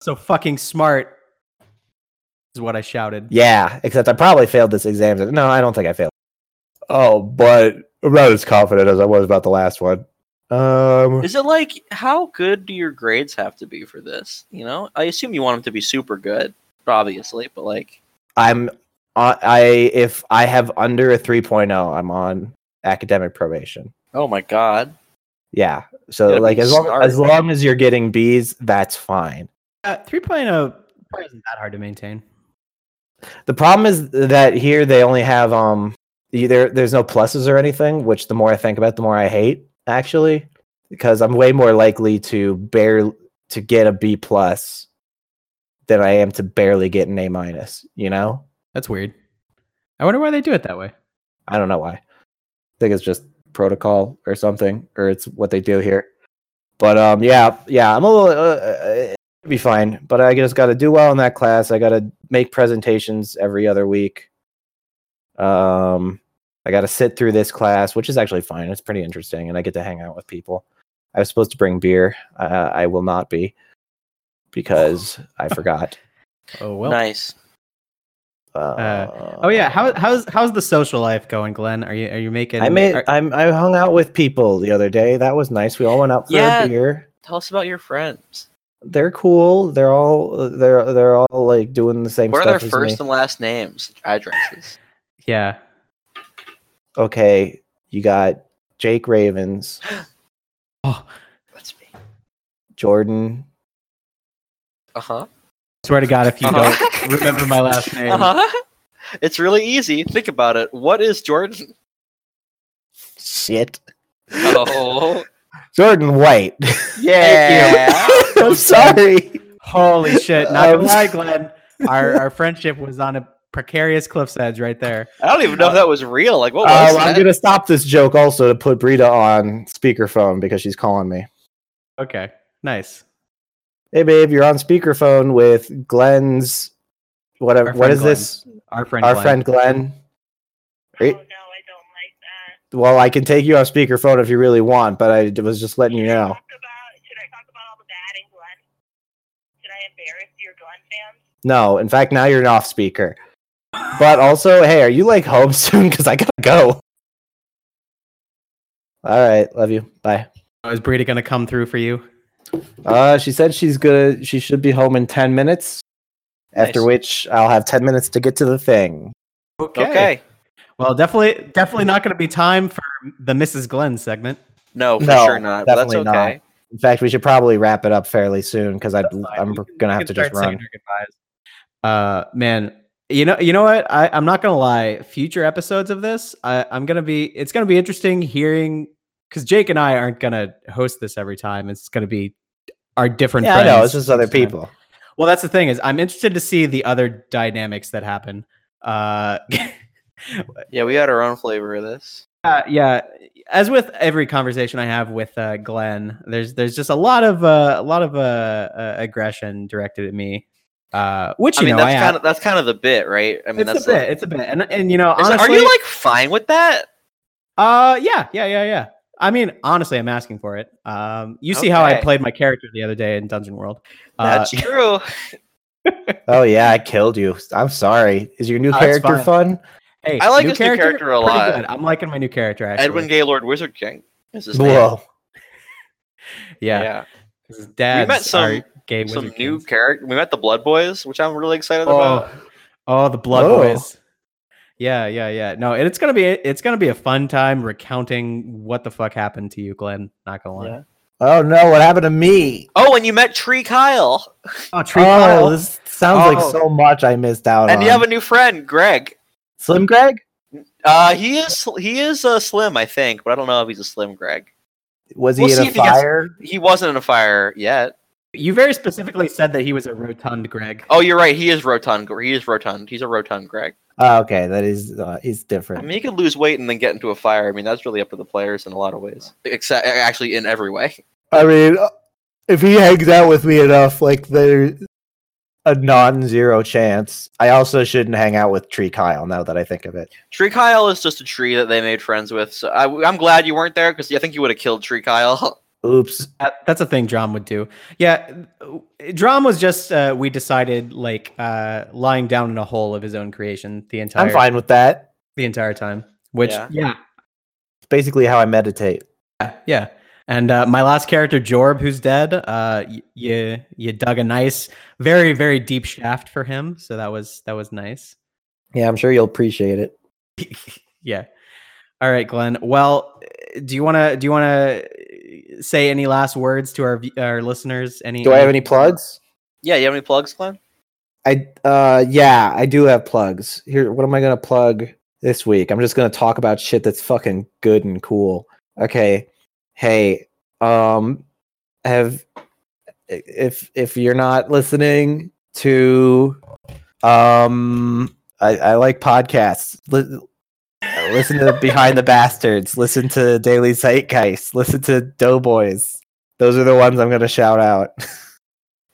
S1: So fucking smart is what I shouted.
S3: Yeah, except I probably failed this exam. No, I don't think I failed. Oh, but I'm not as confident as I was about the last one. Um,
S2: Is it like how good do your grades have to be for this? You know, I assume you want them to be super good, obviously, but like,
S3: I'm on, I if I have under a 3.0, I'm on academic probation.
S2: oh my god,
S3: Yeah. So
S2: Gotta be
S3: like as long
S2: smart.
S3: as long as you're getting B's, that's fine.
S1: Uh, 3.0 probably isn't that hard to maintain.
S3: The problem is that here they only have um either there's no pluses or anything, which the more I think about, it, the more I hate actually, because I'm way more likely to bear to get a B plus than I am to barely get an A minus. You know,
S1: That's weird. I wonder why they do it that way.
S3: I don't know why. I think it's just protocol or something, or it's what they do here. But um, yeah, yeah, I'm a little. Uh, uh, It'll be fine. But I just got to do well in that class. I got to make presentations every other week. Um, I got to sit through this class, which is actually fine. It's pretty interesting, and I get to hang out with people. I was supposed to bring beer. Uh, I will not be because I forgot.
S1: Oh well.
S2: nice.
S3: Uh,
S1: Oh yeah. How, how's how's the social life going, Glenn? Are you are you making?
S3: I made.
S2: er,
S1: are-
S3: I'm, I hung out with people the other day. That was nice. We all went out for
S2: Yeah.
S3: a beer.
S2: Tell us about your friends.
S3: They're cool. They're all. They're they're all like doing the same
S2: What
S3: stuff.
S2: are their
S3: as
S2: first
S3: me.
S2: and last names, addresses?
S1: yeah.
S3: okay, you got Jake Ravens,
S1: Oh,
S2: That's me.
S3: Jordan.
S2: Uh huh.
S1: swear to God, if you
S2: Uh-huh.
S1: don't remember my last name,
S2: Uh
S3: Uh-huh.
S2: huh. It's really easy. Think about it. What is Jordan?
S3: Shit.
S2: Oh,
S3: Jordan White.
S2: yeah.
S3: I'm sorry.
S1: holy shit! Not
S3: Um,
S1: gonna lie, Glenn. Our our friendship was on a precarious cliff's edge right there.
S2: I don't even know if that was real. Like,
S1: Oh, Uh,
S2: what was
S3: Um, I'm
S2: that?
S3: gonna stop this joke also to put Brita on speakerphone because she's calling me.
S1: Okay. Nice.
S3: Hey babe, you're on speakerphone with Glenn's whatever
S1: Our
S3: what
S1: friend
S3: is this?
S1: Our friend.
S3: Our
S1: Glenn.
S3: friend Glenn.
S9: Oh, no, I
S3: Right?
S9: don't like that.
S3: Well, I can take you off speakerphone if you really want, but I was just letting you
S9: Should I
S3: know.
S9: talk about- Should I talk about all the bad in Glenn? Should I embarrass your Glenn fans?
S3: No, in fact, now you're an off speaker. But also, hey, are you like home soon? Because I gotta go. All right, love you. Bye.
S1: Oh, Is Brita gonna come through for you?
S3: Uh, she said she's good. She should be home in ten minutes. After
S2: Nice.
S3: which, I'll have ten minutes to get to the thing.
S1: Okay.
S2: okay.
S1: Well, definitely, definitely not going to be time for the Mrs. Glenn segment.
S2: No, for
S3: No,
S2: sure not. But that's okay.
S3: definitely not. In fact, we should probably wrap it up fairly soon because I'm
S1: We can-
S3: gonna
S1: we
S3: have
S1: can
S3: to just
S1: start singing
S3: run.
S1: our goodbyes. Uh, man, you know, you know what? I, I'm not gonna lie. Future episodes of this, I, I'm gonna be. It's gonna be interesting hearing because Jake and I aren't gonna host this every time. It's gonna be our different.
S3: Yeah, I
S1: friends.
S3: know. It's just other
S1: each time.
S3: people.
S1: Well, that's the thing is, I'm interested to see the other dynamics that happen. Uh,
S2: Yeah, we had our own flavor of this.
S1: Uh, yeah, as with every conversation I have with uh, Glenn, there's there's just a lot of uh, a lot of uh, uh, aggression directed at me, uh, which
S2: I
S1: you
S2: mean,
S1: know
S2: that's
S1: I
S2: kind of that's kind of the bit, right? I mean,
S1: it's
S2: that's
S1: a bit, it's a bit, and and you know
S2: Is-
S1: honestly,
S2: are you like fine with that?
S1: uh, yeah, yeah, yeah, yeah. I mean, honestly, I'm asking for it. Um, you see how I
S2: Okay.
S1: played my character the other day in Dungeon World. Uh,
S2: That's true.
S3: Oh yeah, I killed you. I'm sorry. Is your new
S1: Oh, it's
S3: character
S1: fine.
S3: fun?
S1: hey,
S2: I like this new character a
S1: pretty
S2: lot.
S1: good. I'm liking my new character actually.
S2: Edwin Gaylord, Wizard King. Is his name.
S3: Whoa.
S1: yeah,
S2: yeah.
S1: his dad's
S2: met some-
S1: our gay
S2: Some
S1: wizard
S2: new
S1: kings.
S2: character. We met the Blood Boys, which I'm really excited
S1: Oh,
S2: about.
S1: oh, the Blood
S3: Oh.
S1: Boys. Yeah, yeah, yeah. No, and it's gonna be it's gonna be a fun time recounting what the fuck happened to you, Glenn. Not gonna lie.
S2: Yeah.
S3: Oh no, what happened to me?
S2: Oh, and you met Tree Kyle,
S1: Oh,
S3: Oh,
S1: tree pile.
S3: this sounds
S2: Oh.
S3: like so much I missed out
S2: and
S3: on.
S2: you have a new friend, Greg.
S3: Slim Greg?
S2: Uh, he is he is uh, slim, I think, but I don't know if he's a slim Greg.
S3: Was he
S2: We'll see
S3: in a
S2: if he gets-
S3: fire?
S2: He wasn't in a fire yet.
S1: You very specifically said that he was a rotund Greg.
S2: Oh, you're right. He is rotund. He is rotund. He's a rotund Greg.
S3: Oh, okay, that is uh, is
S2: I
S3: different.
S2: mean, you could lose weight and then get into a fire. I mean, that's really up to the players in a lot of ways. Except actually, in every way.
S3: I mean, uh, if he hangs out with me enough, like uh, there's a non-zero chance. I also shouldn't hang out with Tree Kyle. Now that I think of it,
S2: Tree Kyle is just a tree that they made friends with. So I, am glad you weren't there because I think you would have killed Tree Kyle.
S3: oops.
S1: That- that's a thing Drum would do. Yeah, Drum was just uh, we decided like uh, lying down in a hole of his own creation the entire
S3: I'm fine with that.
S1: the entire time. Which
S2: Yeah.
S1: yeah,
S3: It's basically how I meditate.
S1: Yeah, yeah. And uh, my last character, Jorb, who's dead, uh, y- you you dug a nice, very very deep shaft for him. So that was that was nice.
S3: Yeah, I'm sure you'll appreciate it.
S1: yeah. All right, Glenn. Well, eh, do you wanna do you wanna eh, say any last words to our v- our listeners? Any?
S3: Do I have any plugs?
S2: Yeah, you have any plugs, Glenn?
S3: I uh yeah, I do have plugs. Here, what am I gonna plug this week? I'm just gonna talk about shit that's fucking good and cool. Okay. Hey, um have if if you're not listening to um I, I like podcasts. Li- listen to Behind the Bastards, listen to Daily Zeitgeist, listen to Doughboys. Those are the ones I'm gonna shout out.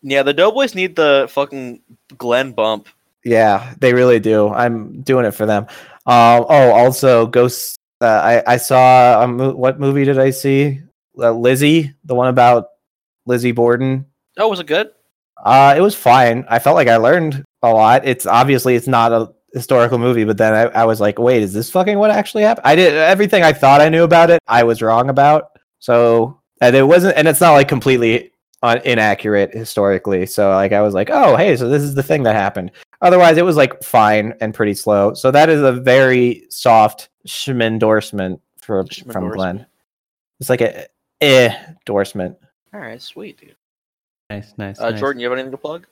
S2: Yeah, the Doughboys need the fucking Glenn bump.
S3: Yeah, they really do. I'm doing it for them. Um, oh, also, Ghost. Uh, I I saw a mo- what movie did I see? Uh, Lizzie, the one about Lizzie Borden.
S2: Oh, was it good?
S3: Uh, it was fine. I felt like I learned a lot. It's obviously it's not a historical movie, but then I, I was like, wait, is this fucking what actually happened? I did everything I thought I knew about it. I was wrong about. So and it wasn't, and it's not like completely uh, inaccurate historically. So like I was like, oh hey, so this is the thing that happened. Otherwise, it was like fine and pretty slow. So that is a very soft shim endorsement for, from
S2: Schmendorsement.
S3: Glenn. It's like a eh endorsement.
S2: All right, sweet, dude.
S1: Nice, nice.
S2: Uh,
S1: nice.
S2: Jordan, you have anything to plug?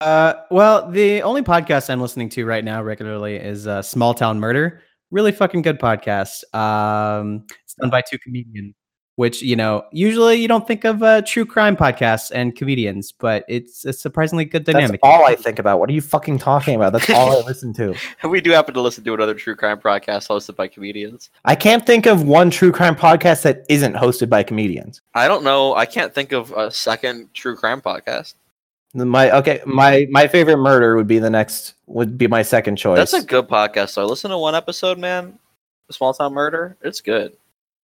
S1: Uh, well, the only podcast I'm listening to right now regularly is uh, Small Town Murder. Really fucking good podcast. Um, it's done by two comedians, which you know usually you don't think of uh, true crime podcasts and comedians, but it's a surprisingly good
S3: That's
S1: dynamic.
S3: all I think about. What are you fucking talking about? That's all I listen to.
S2: we do happen to listen to another true crime podcast hosted by comedians.
S3: I can't think of one true crime podcast that isn't hosted by comedians.
S2: I don't know. I can't think of a second true crime podcast.
S3: My okay, my my favorite murder would be the next would be my second choice.
S2: That's a good podcast. So I listened to one episode, man. Small Town Murder. It's good.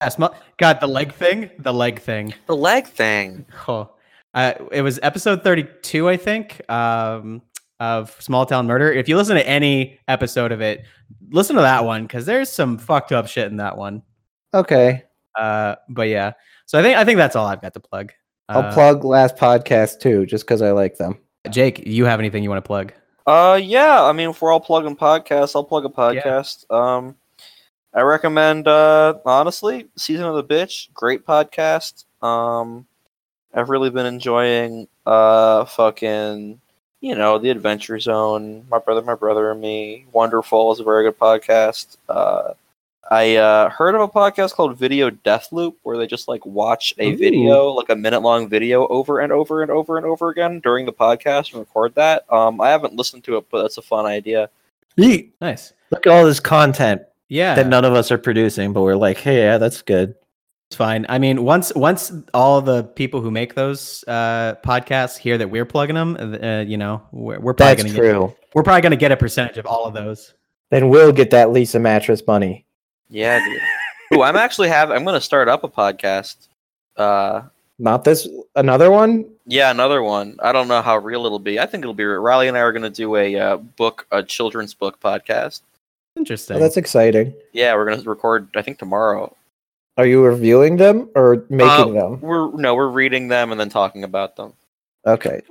S1: Yeah, small- God, the leg thing, the leg thing.
S2: The leg thing.
S1: Oh, uh, it was episode 32, I think, um, of Small Town Murder. If you listen to any episode of it, listen to that one because there's some fucked up shit in that one.
S10: Okay.
S1: Uh, but yeah, so I think I think that's all I've got to plug.
S10: I'll
S1: Uh,
S10: plug last podcast too, just because I like them.
S1: Jake, you have anything you want to plug?
S2: Uh, yeah. I mean, if we're all plugging podcasts, I'll plug a podcast. Um, I recommend, uh, honestly, Season of the Bitch. Great podcast. Um, I've really been enjoying, uh, fucking, you know, The Adventure Zone, My Brother, My Brother and Me. Wonderful is a very good podcast. Uh, I uh, heard of a podcast called Video Death Loop where they just like watch a video, like a minute long video, over and over and over and over again during the podcast and record that. Um, I haven't listened to it, but that's a fun idea.
S3: Yeet.
S1: Nice.
S3: look at all this content
S1: Yeah,
S3: that none of us are producing, but we're like, hey, yeah, that's good.
S1: it's fine. I mean, once once all the people who make those uh, podcasts hear that we're plugging them, uh, you know, we're, we're probably
S3: That's
S1: going to get
S3: true.
S1: we're probably going to get a percentage of all of those.
S3: Then we'll get that Lisa mattress money.
S2: Yeah, dude. Ooh, I'm actually have. I'm gonna start up a podcast. Uh,
S3: Not this another one. Oh,
S2: yeah, another one. I don't know how real it'll be. I think it'll be. real. Riley and I are gonna do a uh, book, a children's book podcast.
S1: Interesting.
S3: Oh, that's exciting.
S2: Yeah, we're gonna record. I think tomorrow.
S3: Are you reviewing them or making
S2: Uh,
S3: them?
S2: We're no, we're reading them and then talking about them.
S3: Okay.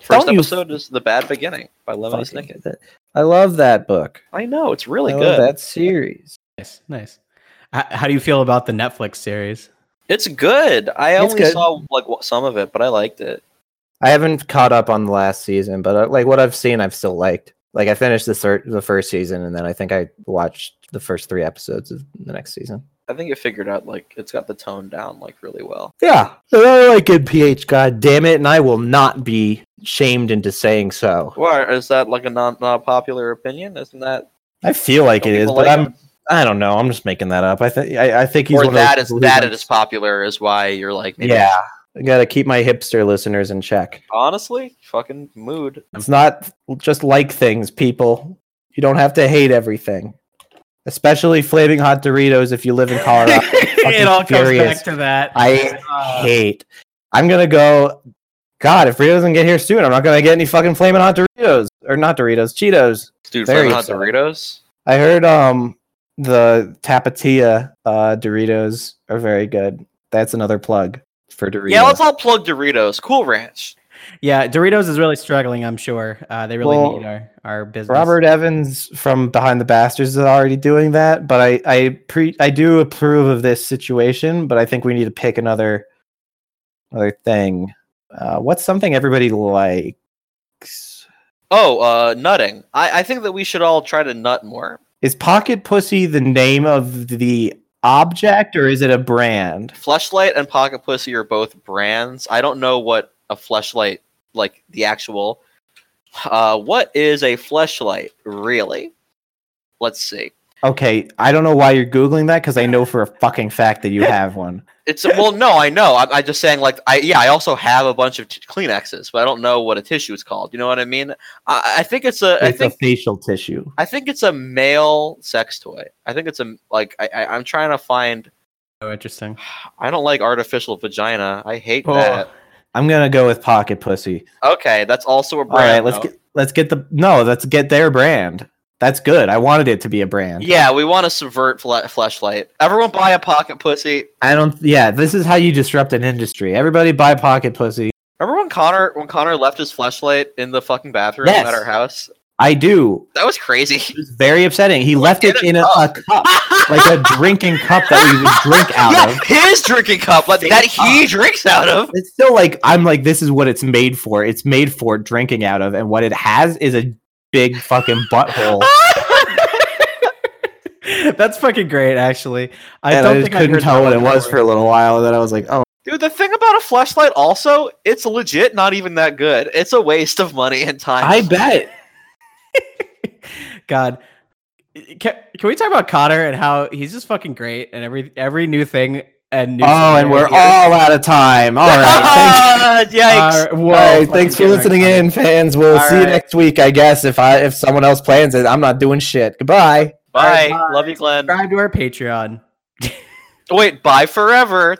S2: 1st
S3: Don't you-
S2: episode is The Bad Beginning by Lemony
S3: Fucking-
S2: Snicket.
S3: that- I love that book.
S2: I know, it's really
S3: I love
S2: good.
S3: that series.
S1: Nice, nice. H- how do you feel about the Netflix series?
S2: It's good. I
S3: It's
S2: only
S3: good.
S2: saw like wh- some of it, but I liked it.
S3: I haven't caught up on the last season, but uh, like what I've seen, I've still liked. Like I finished the third, the first season, and then I think I watched the first three episodes of the next season.
S2: I think it figured out like it's got the tone down like really well.
S3: Yeah, and I like good PH. God damn it, and I will not be shamed into saying so.
S2: Well, is that like a non not a popular opinion? Isn't that
S3: I feel like
S2: don't
S3: it is,
S2: people
S3: but
S2: like
S3: I'm.
S2: it?
S3: I don't know. I'm just making that up. I think. I, I think he's.
S2: or
S3: one
S2: that
S3: of
S2: is
S3: those people who's
S2: that
S3: like-
S2: it is popular is why you're like maybe
S3: Yeah, I gotta keep my hipster listeners in check.
S2: honestly fucking mood.
S3: It's not just like things, people. You don't have to hate everything, especially flaming hot Doritos if you live in Colorado.
S1: it all comes
S3: furious.
S1: back to that.
S3: I
S1: Uh,
S3: hate. I'm gonna go. God, if Rita doesn't get here soon, I'm not gonna get any fucking flaming hot Doritos or not Doritos, Cheetos.
S2: Dude,
S3: Very
S2: Flamin' Hot
S3: exciting.
S2: Doritos.
S3: I heard um the Tapatia uh, Doritos are very good. That's another plug for Doritos.
S2: Yeah, let's all plug Doritos. Cool Ranch.
S1: yeah, Doritos is really struggling. I'm sure uh, they really
S3: Well,
S1: need our our business.
S3: Robert Evans from Behind the Bastards is already doing that, but I I pre I do approve of this situation, but I think we need to pick another another thing. Uh, what's something everybody likes?
S2: Oh, uh, nutting. I, I think that we should all try to nut more.
S3: Is Pocket Pussy the name of the object or is it a brand?
S2: Fleshlight and Pocket Pussy are both brands. I don't know what a fleshlight like the actual uh what is a fleshlight really? Let's see.
S3: Okay, I don't know why you're googling that because I know for a fucking fact that you have one.
S2: It's well, no, I know. I'm, i just saying, like, I yeah, I also have a bunch of t- Kleenexes, but I don't know what a tissue is called. You know what I mean? I, I think it's a. I
S3: It's
S2: think
S3: a facial tissue.
S2: I think it's a male sex toy. I think it's a like. I, I I'm trying to find.
S1: Oh, interesting.
S2: I don't like artificial vagina. I hate
S3: Oh.
S2: that.
S3: I'm gonna go with pocket pussy.
S2: Okay, that's also a
S3: All right,
S2: brand.
S3: let's
S2: though.
S3: get let's get the no, let's get their brand. That's good. I wanted it to be a brand.
S2: Yeah, we want to subvert fle- fleshlight. Everyone buy a pocket pussy.
S3: I don't. Yeah, this is how you disrupt an industry. Everybody buy pocket pussy.
S2: Remember when Connor when Connor left his fleshlight in the fucking bathroom
S3: Yes.
S2: at our house?
S3: I do.
S2: That was crazy.
S3: It was very upsetting. He left
S2: get
S3: it
S2: a
S3: in a, a cup, like a drinking cup that we would drink out
S2: yeah,
S3: of.
S2: his drinking cup like, that he drinks out of.
S3: It's still like I'm like this is what it's made for. It's made for drinking out of, and what it has is a big fucking butthole.
S1: That's fucking great, actually. I
S3: and
S1: don't
S3: I just
S1: think I
S3: couldn't
S1: heard
S3: tell
S1: that
S3: what it
S1: one
S3: was
S1: before.
S3: for a little while. And then I was like, oh,
S2: Dude, the thing about a flashlight also, it's legit not even that good. It's a waste of money and time.
S3: I bet.
S1: God. Can, can we talk about Connor and how he's just fucking great and every every new thing and new
S3: Oh, and we're
S1: scenario
S3: all out of time. All right.
S2: Ah,
S1: he
S2: yikes.
S1: is- Are- whoa,
S3: Thanks, all right,
S1: fucking
S3: thanks for
S1: Connor.
S3: listening in, fans. We'll
S1: All
S3: see you
S1: right.
S3: next week, I guess. If I if someone else plans it, I'm not doing shit. Goodbye.
S2: bye.
S1: Bye.
S2: Love you, Glenn.
S1: Subscribe to our Patreon.
S2: Wait, bye forever.